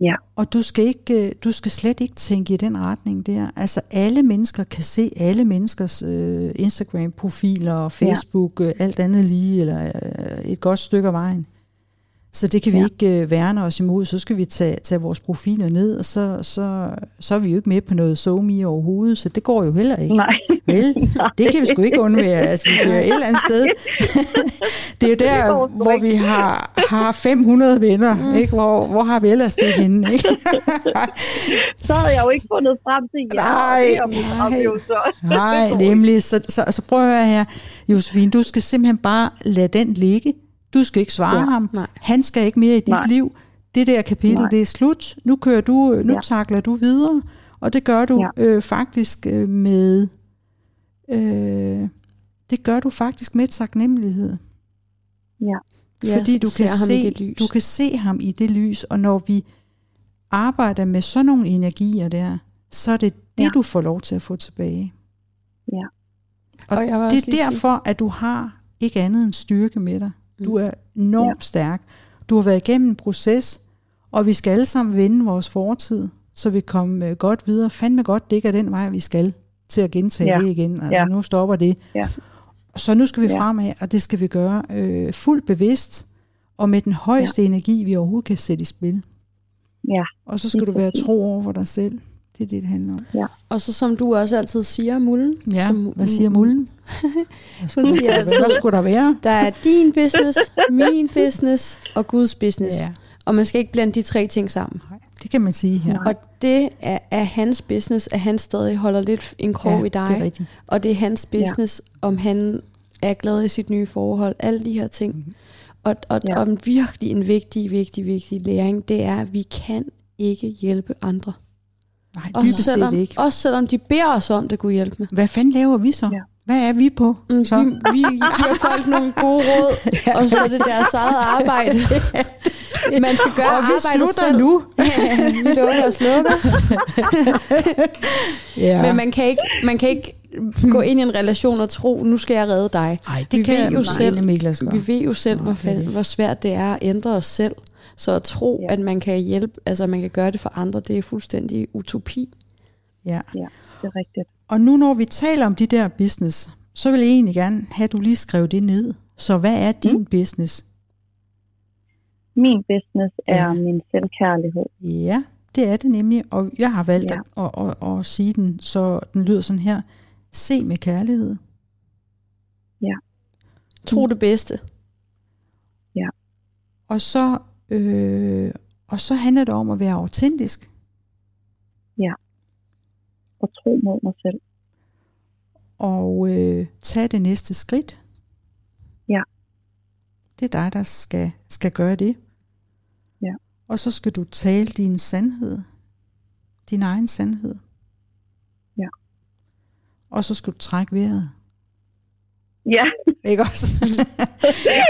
Ja. Og du skal, ikke, øh, du skal slet ikke tænke i den retning der. Altså, alle mennesker kan se alle menneskers øh, Instagram-profiler og Facebook, ja. øh, alt andet lige, eller øh, et godt stykke af vejen. Så det kan vi ja. Ja. ikke øh, værne os imod. Så skal vi tage, tage vores profiler ned, og så, så, så er vi jo ikke med på noget somi overhovedet, så det går jo heller ikke. nej. Vel, Nej. det kan vi sgu ikke undvære. Altså, vi bliver et eller andet sted. det er jo Det der, går sgu hvor ikke. vi har, har 500 venner. Mm. Ikke? Hvor, hvor har vi ellers det henne? Ikke? Så havde jeg jo ikke fundet frem til jer. Nej, og det er min nej. oplevelse også. Nej, nemlig. Så, så, så prøv at høre her, Josefine. Du skal simpelthen bare lade den ligge. Du skal ikke svare ja, Ja, ham. nej. Han skal ikke mere i dit Nej. liv. Det der kapitel, nej. Nej. det er slut. Nu kører du, øh, nu ja. Ja. takler du videre, og det gør du ja. øh, faktisk øh, med øh, det gør du faktisk med taknemmelighed. Ja, Ja, fordi du ser kan, ham i se, det lys. du kan se ham i det lys, og når vi arbejder med sådan nogle energier der, så er det det, ja. Ja. du får lov til at få tilbage. Ja. Og, og Og jeg vil også det lige er sige- derfor, at du har ikke andet end styrke med dig. Du Mm. er enormt ja. stærk. Du har været igennem en proces, og vi skal alle sammen vende vores fortid, så vi kommer øh, godt videre. Fandme godt, det ikke er den vej, vi skal til at gentage Ja. det igen. Altså, Ja. nu stopper det. Ja. Så nu skal vi Ja. fremad, og det skal vi gøre øh, fuldt bevidst, og med den højeste ja. energi, vi overhovedet kan sætte i spil. ja, Og så skal Lige du være præcis. tro over for dig selv. Det er det, det handler om. Og så som du også altid siger, Mullen, Ja, som, hvad siger mulden? hun siger altid, Hvad skulle der være? der er din business, min business og Guds business. Ja. Ja. Og man skal ikke blande de tre ting sammen. Det kan man sige her. Og det er, er hans business, at han stadig holder lidt en krog ja, i dig. det er rigtigt. og det er hans business, ja. om han er glad i sit nye forhold, alle de her ting. Mhm. Mm-hmm. Og, og, ja. Ja. og virkelig en vigtig, vigtig, vigtig læring, det er, at vi kan ikke hjælpe andre. Nej, Også dybest set selvom, ikke. også selvom de beder os om, det kunne hjælpe med. Hvad fanden laver vi så? Ja. Hvad er vi på? Mm, Så? Vi, vi giver folk nogle gode råd, og så er det deres eget arbejde. Man skal gøre og vi arbejdet slutter selv. nu. vi lukker og slukker. Ja. Men man kan, ikke, man kan ikke gå ind i en relation og tro, nu skal jeg redde dig. Ej, vi ved jo selv- Miklas godt. Vi ved jo selv, hvor, det er det. fa- hvor svært det er at ændre os selv. Så at tro, ja. Ja. at man kan hjælpe, altså man kan gøre det for andre, det er fuldstændig utopi. Ja. ja, det er rigtigt. Og nu når vi taler om de der business, så vil jeg egentlig gerne have, at du lige skrev det ned. Så hvad er din mm. business? Min business er Ja. min selvkærlighed. Ja, det er det nemlig. Og jeg har valgt ja. Ja. at, at, at, at sige den, så den lyder sådan her. Se med kærlighed. Tro det bedste. Og så, øh, og så handler det om at være autentisk. og tro mod mig selv. Og øh, tage det næste skridt. Ja. Det er dig, der skal, skal gøre det. Ja. Og så skal du tale din sandhed. Din egen sandhed. Ja. Og så skal du trække vejret. Ja, Ikke også?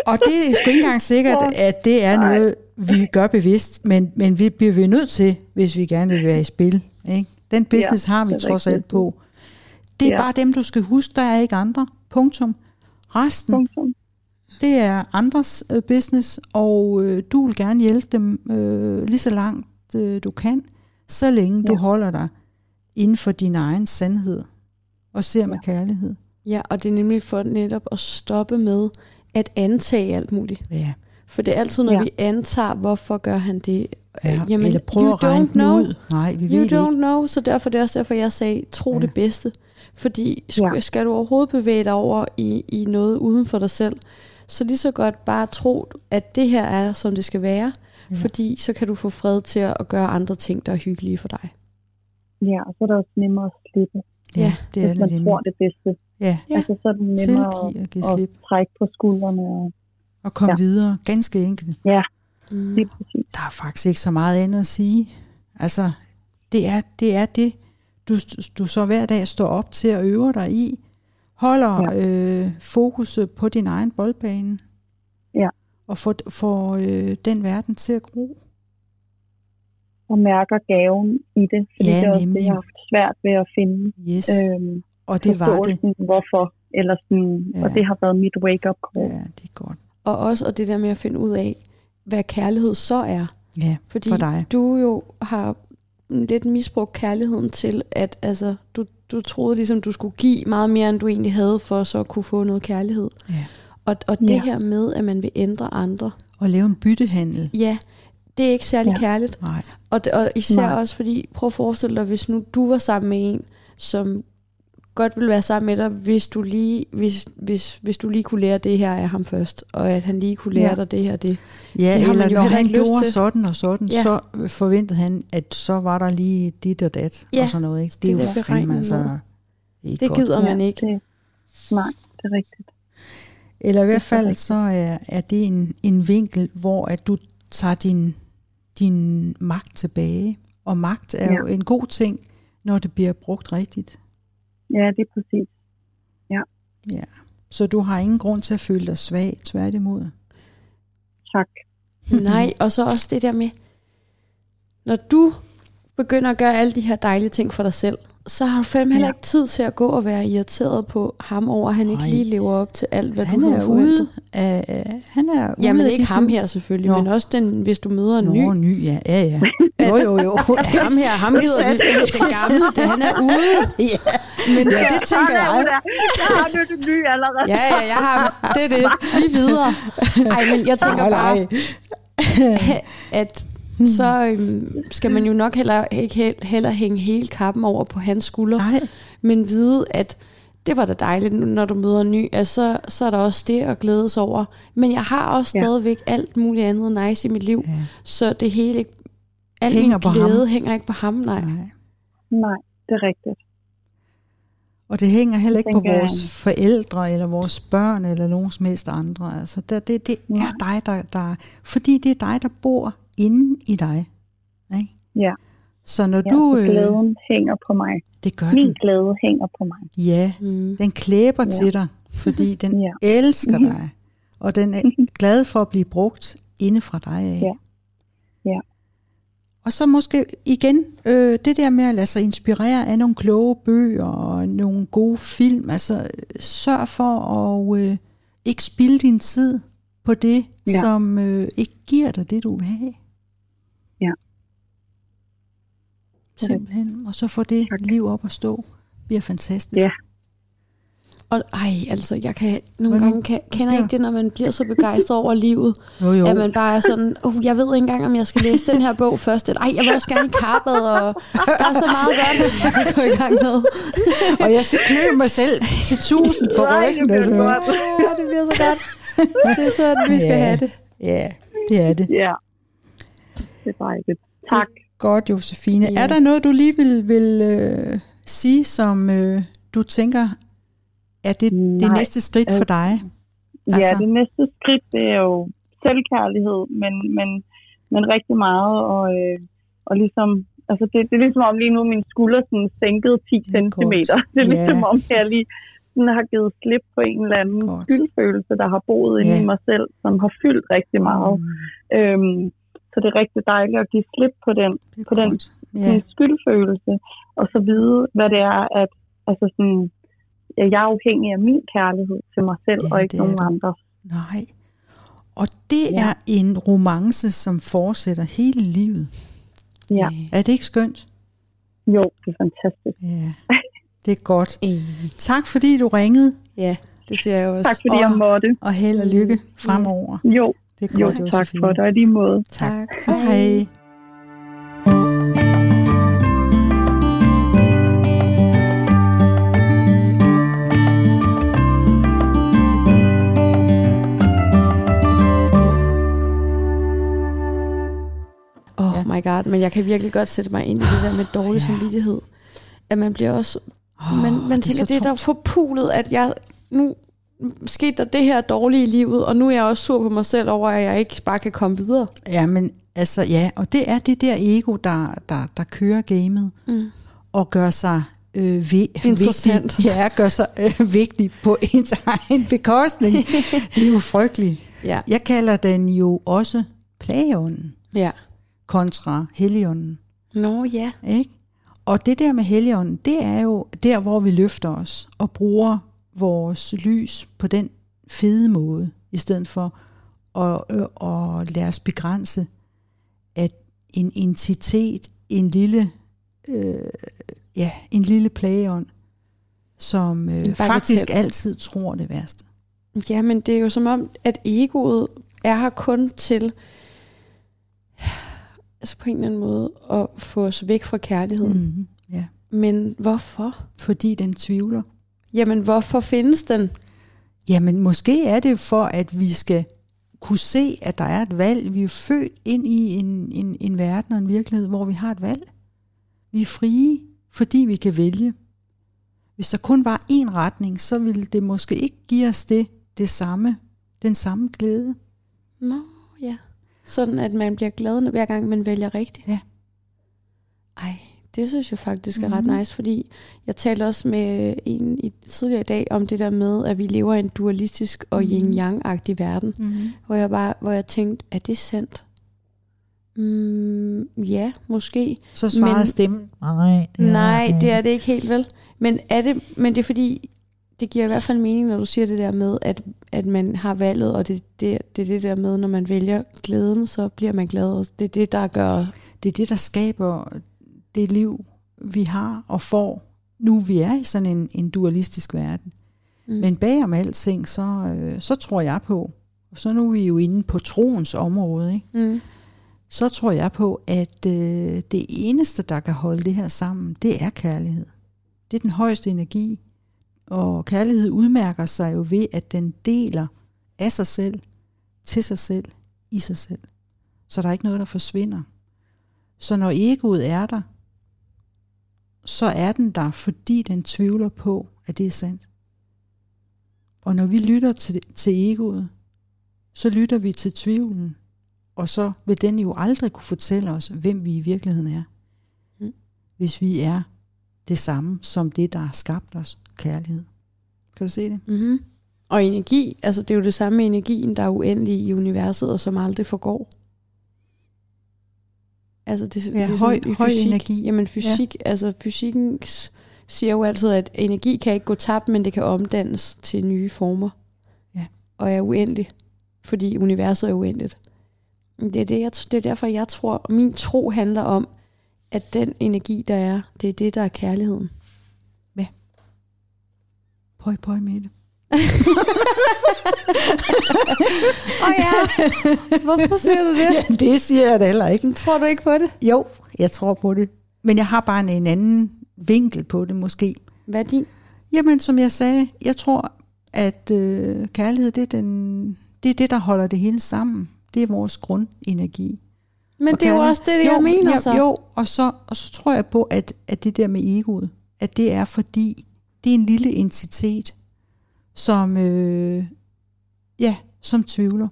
og det er sgu ikke engang sikkert, at det er Nej. noget, vi gør bevidst, men, men vi bliver vi nødt til, hvis vi gerne vil være i spil. Ikke? Den business ja, har vi det er trods rigtigt. alt på. Det er ja. Ja. bare dem, du skal huske, der er ikke andre. Punktum. Resten, punktum. det er andres øh, business, og øh, du vil gerne hjælpe dem øh, lige så langt øh, du kan, så længe ja. du holder dig inden for din egen sandhed og ser med kærlighed. Ja, og det er nemlig for netop at stoppe med at antage alt muligt. Ja. For det er altid, når ja. Ja. vi antager, hvorfor gør han det? Ja, Øh, jamen, eller prøve you at regne don't den know. ud. Nej, vi You ved det don't ikke. know, så derfor det er også derfor, jeg sagde, tro ja. det bedste. Fordi skal, Ja. skal du overhovedet bevæge dig over i, i noget uden for dig selv, så lige så godt bare tro, at det her er, som det skal være. Ja. Fordi så kan du få fred til at at gøre andre ting, der er hyggelige for dig. Ja, og så er det også nemmere at slippe, Ja, Ja, det er hvis det man nemlig. tror det bedste. Ja, Ja. Ja. Altså, så er det nemmere Tilgive og at, give at slip. trække på skuldrene. Og, og komme Ja. videre. Ganske enkelt. ja, Mm. lige præcis. Der er faktisk ikke så meget andet at sige. Altså, det er det, er det du, du så hver dag står op til at øve dig i. Holder ja. øh, fokus på din egen boldbane. Ja. Og får, får øh, den verden til at gro. Og mærker gaven i det. Fordi Ja, det er også nemlig. det, jeg har haft svært ved at finde. Yes, øh, Øhm, og det var det. forståelsen, hvorfor. Eller sådan, ja. Og Ja. det har været mit wake-up call. Ja, det er godt. Og også og det der med at finde ud af, hvad kærlighed så er. Ja, Fordi for dig. du jo har lidt misbrugt kærligheden til, at altså, du, du troede ligesom, du skulle give meget mere, end du egentlig havde, for så at kunne få noget kærlighed. Ja. Og, og det Ja. her med, at man vil ændre andre, Og lave en byttehandel. ja, det er ikke særlig ja. Ja. kærligt. Nej, Og, det- og især Nej. Nej. også fordi, prøv at forestille dig, hvis nu du var sammen med en, som godt ville være sammen med dig, hvis du lige, hvis, hvis, hvis du lige kunne lære det her af ham først, og at han lige kunne lære Ja. dig det her det. Ja, Det det har man eller jo når heller han ikke lyst gjorde til. sådan og sådan, Ja. ja. så øh, forventede han, at så var der lige dit og dat Ja, og sådan noget. Ikke? Det er det der jo fandme beregnet altså noget. ikke Det godt. gider man Ja, ikke. Det, nej, det er rigtigt. Eller i hvert så fald rigtigt. så er, er det en, en vinkel, hvor at du tager din, din magt tilbage. Og magt er ja. Ja. jo en god ting, når det bliver brugt rigtigt. Ja, det er præcis. Ja. Så du har ingen grund til at føle dig svag, tværtimod. Tak. Mm-hmm. Nej, og så også det der med, når du begynder at gøre alle de her dejlige ting for dig selv, så har du fandme heller Ja. ikke tid til at gå og være irriteret på ham over, at han ikke Nej. lige lever op til alt, hvad han du er har forventet. ude af, af- han er ude Jamen af ikke dit ham liv. her selvfølgelig, Nå. men også den, hvis du møder en ny. Nå, ny, ja, ja, ja. Jo, jo, jo. At ham her, ham gider vi ikke, den gamle, det, han er ude. ja. Men så, ja, det tænker Ah, jeg. der, der, der har du det nye allerede. ja, ja, jeg har, det er det, vi er videre. Ej, men jeg tænker Nej, bare, nej. at så øhm, skal man jo nok heller ikke heller, heller hænge hele kappen over på hans skulder, Nej, men vide, at det var da dejligt, nu når du møder en ny, at så, så er der også det at glædes over. Men jeg har også Ja. stadigvæk alt muligt andet nice i mit liv, Ja. så det hele ikke, al Hænger min på ham. glæde hænger ikke på ham, nej. nej. Nej, det er rigtigt. Og det hænger heller ikke på Tænker jeg. vores forældre, eller vores børn, eller nogen som helst andre. Altså, der, det, det er Nej. dig, der, der... Fordi det er dig, der bor inde i dig. Ikke? Ja. Så når Ja, du... øh, så glæden hænger på mig. det gør Min den. glæde hænger på mig. Ja, Mm. den klæber ja. Ja. til dig, fordi den Ja. Mhm. ja. elsker dig. Og den er glad for at blive brugt inde fra dig af. Ja. Ja. Og så måske igen øh, det der med at lade sig inspirere af nogle kloge bøger og nogle gode film. Altså øh, sørg for at øh, ikke spilde din tid på det, ja. Ja. som øh, ikke giver dig det, du vil have. Ja. Simpelthen. Og så få det Tak. liv op at stå. Det bliver fantastisk. Ja. Og ej, altså, jeg kan nogle Hvordan? gange kan, kender sker jeg ikke det, når man bliver så begejstret over livet, Jo, jo. at man bare er sådan, uh, jeg ved ikke engang, om jeg skal læse den her bog først, eller ej, jeg vil også gerne i karpet, og der er så meget godt, jeg kan gå i gang med. og jeg skal klø mig selv til tusind på Nej, ryggen. det bliver Altså. godt. Ja, det bliver så godt. Det er sådan, vi skal Ja. have det. Ja, det er det. Ja. Det er dejligt. Tak. Godt, Josefine. Ja. Er der noget, du lige vil, vil øh, sige, som øh, du tænker, er det, det Nej. næste skridt for dig? Ja, Altså- altså. det næste skridt, det er jo selvkærlighed, men, men, men rigtig meget. Og, øh, og ligesom, altså det, det er ligesom om lige nu, min skulder sådan sænkede 10 er cm. Det er Ja. ligesom om, jeg lige sådan har givet slip på en eller anden Godt. skyldfølelse, der har boet inde Ja. i mig selv, som har fyldt rigtig meget. Mm, Mm. Øhm, så det er rigtig dejligt at give slip på den det er på den- godt. ja. Ja, en skyldfølelse, og så vide, hvad det er, at altså sådan, ja, jeg er afhængig af min kærlighed til mig selv, Ja, ja, og ikke det er nogen du. andre. nej. Og det Ja. er en romance, som fortsætter hele livet. Ja. Er det ikke skønt? Jo, det er fantastisk. Ja, det er godt. Enig. Tak fordi du ringede, Ja, det siger jeg også. Tak fordi Og- jeg måtte. og held og lykke fremover. Jo, Det er Mm. jo godt, tak Josefine. for det, og i lige måde. Tak. Hej. Hej. Oh my god, men jeg kan virkelig godt sætte mig ind i det der med dårlig Ja. samvittighed. At man bliver også... Oh, man man det er tænker, så det er da forpulet, at jeg... Nu skete der det her dårlige i livet, og nu er jeg også sur på mig selv over, at jeg ikke bare kan komme videre. Ja, men altså, ja, og det er det der ego, der, der, der kører gamet Mm. og gør sig øh, vi, Interessant. vigtig. Ja, gør sig øh, vigtig på ens egen bekostning. det er jo frygteligt. Ja, Jeg kalder den jo også plageånden ja. kontra helligånden. Nå ja. Ikke? Og det der med helligånden, det er jo der, hvor vi løfter os og bruger vores lys på den fede måde, i stedet for at, øh, at lade os begrænse, at en entitet, en lille, øh, ja, en lille plageånd, som øh, bagatel. faktisk altid tror det værste. Ja, men det er jo som om, at egoet er her kun til altså på en eller anden måde at få os væk fra kærligheden. Mm-hmm. Ja. Mm. Men hvorfor? Fordi den tvivler. Jamen, hvorfor findes den? Jamen, måske er det for, at vi skal kunne se, at der er et valg. Vi er jo født ind i en, en, en verden og en virkelighed, hvor vi har et valg. Vi er frie, fordi vi kan vælge. Hvis der kun var én retning, så ville det måske ikke give os det, det samme, den samme glæde. Nå, ja. Sådan, at man bliver glad, hver gang man vælger rigtigt. Ja. Ej, det synes jeg faktisk er ret nice, fordi jeg talte også med en i, tidligere i dag om det der med, at vi lever i en dualistisk og yin-yang-agtig verden. Mm-hmm. hvor jeg bare hvor jeg tænkte, er det sandt? Mm, ja, måske. Så svarede Men- stemmen, nej, Ja, Nej, det er det ikke helt vel. Men er det, men det er fordi, det giver i hvert fald mening, når du siger det der med, at, at man har valget, og det, det, det er det der med, når man vælger glæden, så bliver man glad. Og det er det, der gør... det er det, der skaber det liv, vi har og får, nu vi er i sådan en, en dualistisk verden. Mm. Mm. Men bagom alting, så, øh, så tror jeg på, og så nu er vi jo inde på troens område, ikke? Mm. så tror jeg på, at øh, det eneste, der kan holde det her sammen, det er kærlighed. Det er den højeste energi, og kærlighed udmærker sig jo ved, at den deler af sig selv, til sig selv, i sig selv. Så der er ikke noget, der forsvinder. Så når egoet er der, så er den der, fordi den tvivler på, at det er sandt. Og når vi lytter til, til egoet, så lytter vi til tvivlen, og så vil den jo aldrig kunne fortælle os, hvem vi i virkeligheden er. Mm. Hvis vi er det samme som det, der har skabt os kærlighed. Kan du se det? Mm-hmm. Og energi, altså det er jo det samme med energien, der er uendelig i universet, og som aldrig forgår. Altså det, ja, det er sådan høj- i høj energi. Jamen fysik, ja. altså fysikken s- siger jo altid, at energi kan ikke gå tabt, men det kan omdannes til nye former. Ja. Og er uendelig, fordi universet er uendeligt. Det er, det, jeg, t- det er derfor, jeg tror, min tro handler om, at den energi, der er, det er det, der er kærligheden. Pøj, pøj med det. Åh oh, ja, hvorfor siger du det? det siger jeg da heller ikke. Tror du ikke på det? Jo, jeg tror på det. Men jeg har bare en, en anden vinkel på det måske. Hvad er din? Jamen, som jeg sagde, jeg tror, at øh, kærlighed, det er, den, det er det, der holder det hele sammen. Det er vores grundenergi. Men Og det er jo kærlighed- også det, jeg mener ja, så. Jo, og så, og så tror jeg på, at, at det der med egoet, at det er fordi, det er en lille entitet, som, øh, ja, som tvivler.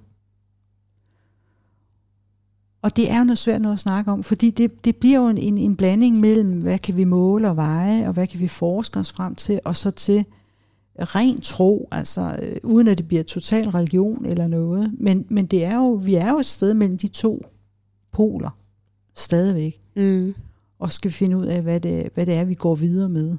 Og det er jo noget svært noget at snakke om, fordi det, det bliver jo en, en, en blanding mellem, hvad kan vi måle og veje, og hvad kan vi forske os frem til, og så til ren tro, altså øh, uden at det bliver total religion eller noget. Men, men det er jo, vi er jo et sted mellem de to poler, stadigvæk, Mm. og skal finde ud af, hvad det, hvad det er, vi går videre med.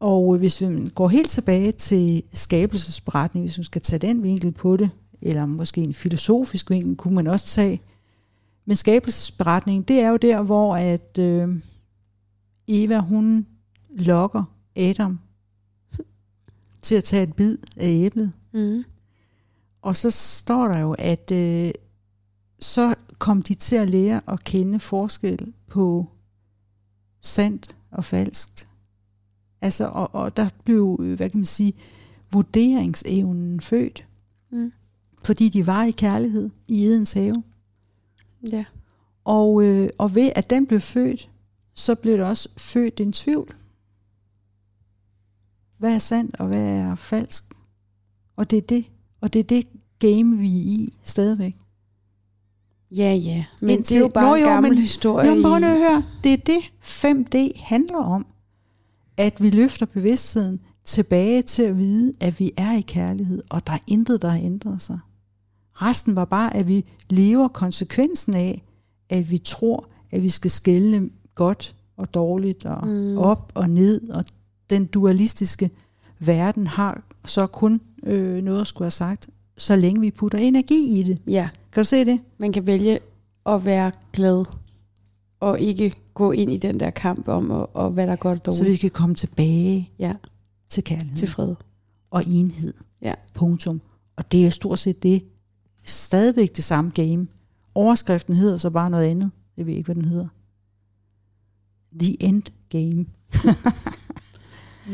Og øh, hvis vi går helt tilbage til skabelsesberetningen, hvis vi skal tage den vinkel på det, eller måske en filosofisk vinkel, kunne man også tage. Men skabelsesberetningen, det er jo der, hvor at øh, Eva, hun lokker Adam til at tage et bid af æblet. Mm. Og så står der jo, at øh, så kom de til at lære at kende forskel på sandt og falskt. Altså, og, og der blev, øh, hvad kan man sige, vurderingsevnen født. Mm. Fordi de var i kærlighed i Edens have. Ja. Og, øh, og ved at den blev født, så blev der også født en tvivl. Hvad er sandt, og hvad er falsk? Og det er det, og det, er det game, vi er i stadigvæk. Ja, ja. Men Indtil, Indtil- det er jo bare Nå, en jo, gammel men- historie. Nå, men prøv nu i- at høre, det er det 5D handler om. At vi løfter bevidstheden tilbage til at vide, at vi er i kærlighed, og der er intet, der har ændret sig. Resten var bare, at vi lever konsekvensen af, at vi tror, at vi skal skælne godt og dårligt, og mm. op og ned, og den dualistiske verden har så kun øh, noget at skulle have sagt, så længe vi putter energi i det. Ja, Kan du se det? man kan vælge at være glad, og ikke gå ind i den der kamp om, og, og hvad der er godt og Så dårligt. vi kan komme tilbage Ja, til kærligheden. til fred. og enhed. Ja. Punktum. Og det er stort set det. Stadigvæk det samme game. Overskriften hedder så bare noget andet. Jeg ved ikke, hvad den hedder. The End Game.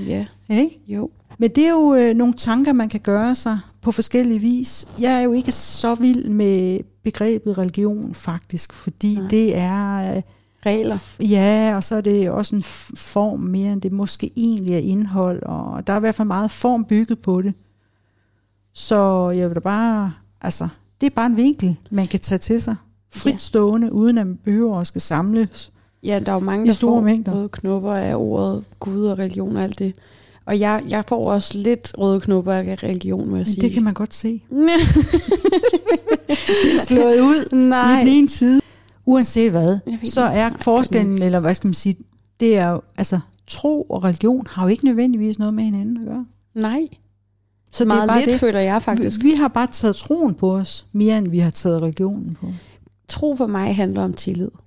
Ja, Hey? jo. Men det er jo øh, nogle tanker, man kan gøre sig på forskellige vis. Jeg er jo ikke så vild med begrebet religion faktisk, fordi Nej. det er... Øh, Regler. Ja, og så er det også en f- form mere, end det måske egentlig er indhold, og der er i hvert fald meget form bygget på det. Så jeg vil da bare, altså, det er bare en vinkel, man kan tage til sig. Ja. Frit stående, uden at man behøver at skal samles. Ja, der er jo mange, I der store får mængder. røde knopper af ordet Gud og religion og alt det. Og jeg, jeg får også lidt røde knopper af religion, må jeg Men sige. det kan man godt se. det er slået ud. I Nej. den ene side, uanset hvad, Jeg ved så er forskellen, eller hvad skal man sige, det er jo, altså, tro og religion har jo ikke nødvendigvis noget med hinanden at gøre. Nej. Så Meget det er bare lidt det. føler jeg faktisk. Vi, vi har bare taget troen på os, mere end vi har taget religionen på os. Tro for mig handler om tillid. Ja.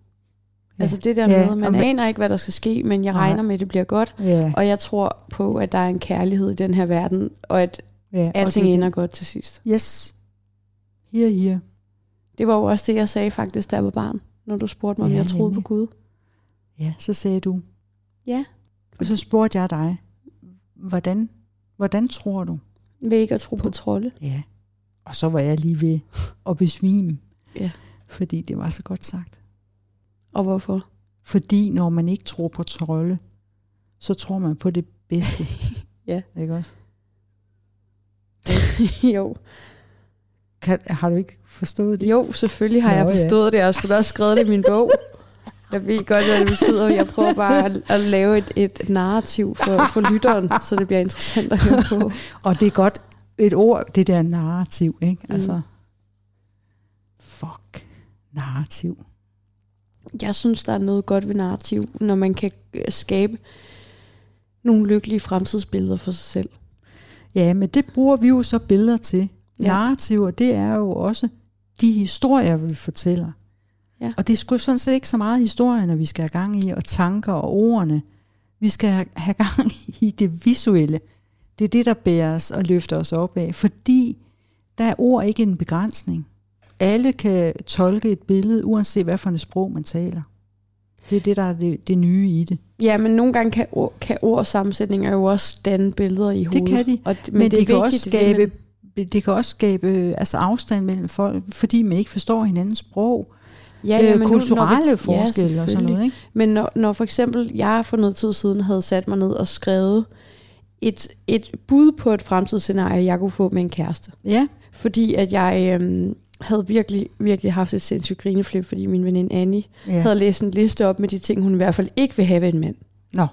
Ja. Altså det der Ja, med, at og man man- aner ikke, hvad der skal ske, men jeg Nej. regner med, at det bliver godt. Ja, Og jeg tror på, at der er en kærlighed i den her verden, og at ja. alting det- ender godt til sidst. Yes. Her, her. Det var jo også det, jeg sagde faktisk, da jeg var barn, når du spurgte mig, om Ja, jeg troede på nemlig. Gud. Ja, så sagde du. Ja. Og så spurgte jeg dig, hvordan, hvordan tror du? Ved ikke at tro på trolde. Ja. Og så var jeg lige ved at besvime. Ja. Fordi det var så godt sagt. Og hvorfor? Fordi når man ikke tror på trolde, så tror man på det bedste. Ja. Ikke også? jo. Kan, har du ikke forstået det? jo, selvfølgelig har Nå, jeg ja. forstået det, og jeg skulle da også skrevet det i min bog. Jeg ved godt, hvad det betyder. Jeg prøver bare at, at lave et, et narrativ for, for lytteren, så det bliver interessant at høre på. Og det er godt et ord, det der narrativ, ikke? Mm. Altså, fuck, narrativ. Jeg synes, der er noget godt ved narrativ, når man kan øh, skabe nogle lykkelige fremtidsbilleder for sig selv. Ja, men det bruger vi jo så billeder til. Ja. Ja. Narrativer, det er jo også de historier, vi fortæller. Ja. Og det er sgu sådan set ikke så meget historierne, vi skal have gang i, og tanker og ordene. Vi skal have- have gang i det visuelle. Det er det, der bærer os og løfter os op af, fordi der er ord ikke en begrænsning. Alle kan tolke et billede, uanset hvad for et sprog man taler. Det er det, der er det, det nye i det. Ja, men nogle gange kan, ord, kan ordsammensætninger jo også danne billeder i hovedet. kan de, Og, det- Men, men det, det kan også det er det, skabe det, det kan også skabe øh, altså afstand mellem folk, fordi man ikke forstår hinandens sprog. ja, ja, men nu- øh, når vi- kulturelle ja, forskelle og sådan selvfølgelig. noget. Ikke? Men når, når for eksempel jeg for noget tid siden havde sat mig ned og skrevet et, et bud på et fremtidsscenarie, jeg kunne få med en kæreste. Ja, Fordi at jeg øhm, havde virkelig, virkelig haft et sindssygt grineflip, fordi min veninde Annie ja. ja. havde læst en liste op med de ting, hun i hvert fald ikke vil have ved en mand. Nå,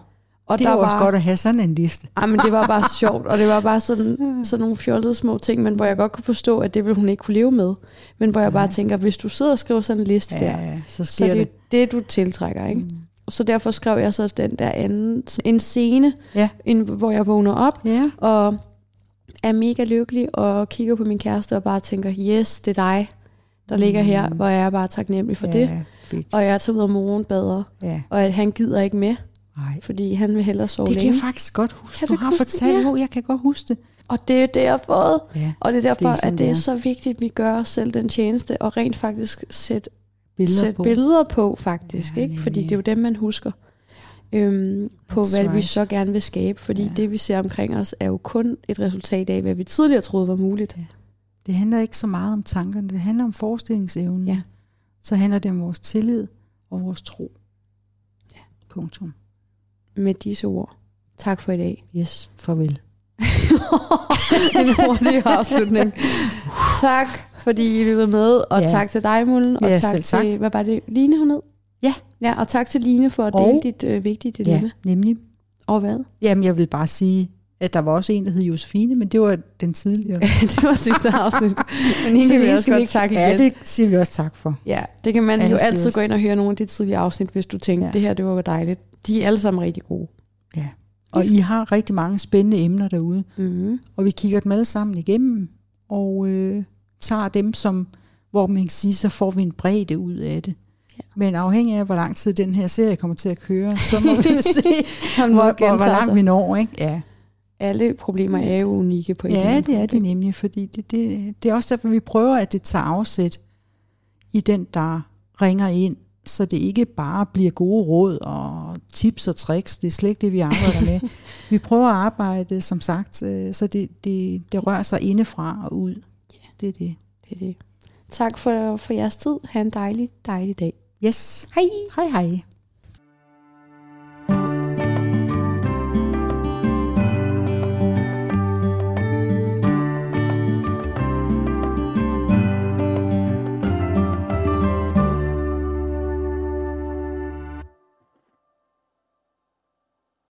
Og det er jo også godt at have sådan en liste. Ej, men det var bare så sjovt, og det var bare sådan, sådan nogle fjollede små ting, men hvor jeg godt kunne forstå, at det ville hun ikke kunne leve med. Men hvor jeg bare tænker, hvis du sidder og skriver sådan en liste ja, der, Ja, ja, så så sker er det det. jo det, du tiltrækker, ikke? Mm. Så derfor skrev jeg så den der anden, en scene, Ja. en, hvor jeg vågner op Ja, og er mega lykkelig og kigger på min kæreste og bare tænker, yes, det er dig, der ligger her, hvor jeg er bare taknemmelig for Mm. ja, ja. det. Fedt. Og jeg tager ud af morgenbader, Ja, og at han gider ikke med, nej. fordi han vil hellere sove Det kan længe. jeg faktisk godt huske. Kan Du du har huske det? fortalt, Ja. jo, jeg kan godt huske det. Og det er det, jeg har fået. Ja, Og det er derfor, Det det er er sådan, at det er det er. så vigtigt, at vi gør os selv den tjeneste, og rent faktisk sætte billeder sætte på. billeder på, faktisk. Ja, Ja, ikke? Fordi nemlig. det er jo dem, man husker øhm, på, That's hvad vi right. så gerne vil skabe. Fordi Ja. ja. det, vi ser omkring os, er jo kun et resultat af, hvad vi tidligere troede var muligt. Det handler ikke så meget om tankerne, det handler om forestillingsevnen. Ja. Så handler det om vores tillid og vores tro. Ja. Punktum. Med disse ord. Tak for i dag. Yes, farvel. en hurtig afslutning. tak, fordi I lyttede med, og Ja. ja. tak til dig, Mullen, og Ja, tak selv til, tak. hvad var det, Line hun hed? Ja. Ja, og tak til Line for at Og- dele dit øh, vigtige dilemma. Ja, Ja. nemlig. Og hvad? Jamen, jeg vil bare sige, at der var også en, der hed Josefine, men det var den tidligere. det var sidste afsnit. Men hende Så kan vi hende også skal godt ikke- takke igen. Ja, det siger vi også tak for. Ja, det kan man jo Altid altid også. gå ind og høre nogle af de tidlige afsnit, hvis du tænker, Ja. ja. det her det var jo dejligt. De er alle sammen rigtig gode. Ja. Og I har rigtig mange spændende emner derude, Mm-hmm. og vi kigger dem alle sammen igennem, og øh, tager dem, som, hvor man kan sige, så får vi en bredde ud af det. Ja. Men afhængig af, hvor lang tid den her serie kommer til at køre, så må vi jo se, Han må hvor, hvor, hvor gentage langt sig. vi når. Ikke? Ja. Alle problemer er jo unikke på en eller ja, anden det er måde, det ikke? nemlig, fordi det, det, det er også derfor, vi prøver, at det tager afsæt i den, der ringer ind, så det ikke bare bliver gode råd og tips og tricks. Det er slet ikke det, vi arbejder med. Vi prøver at arbejde, som sagt, øh, så det, det, det rører sig indefra og ud. Det er det. det er det. Tak for, for jeres tid. Ha' en dejlig, dejlig dag. Yes. Hej! Hej hej.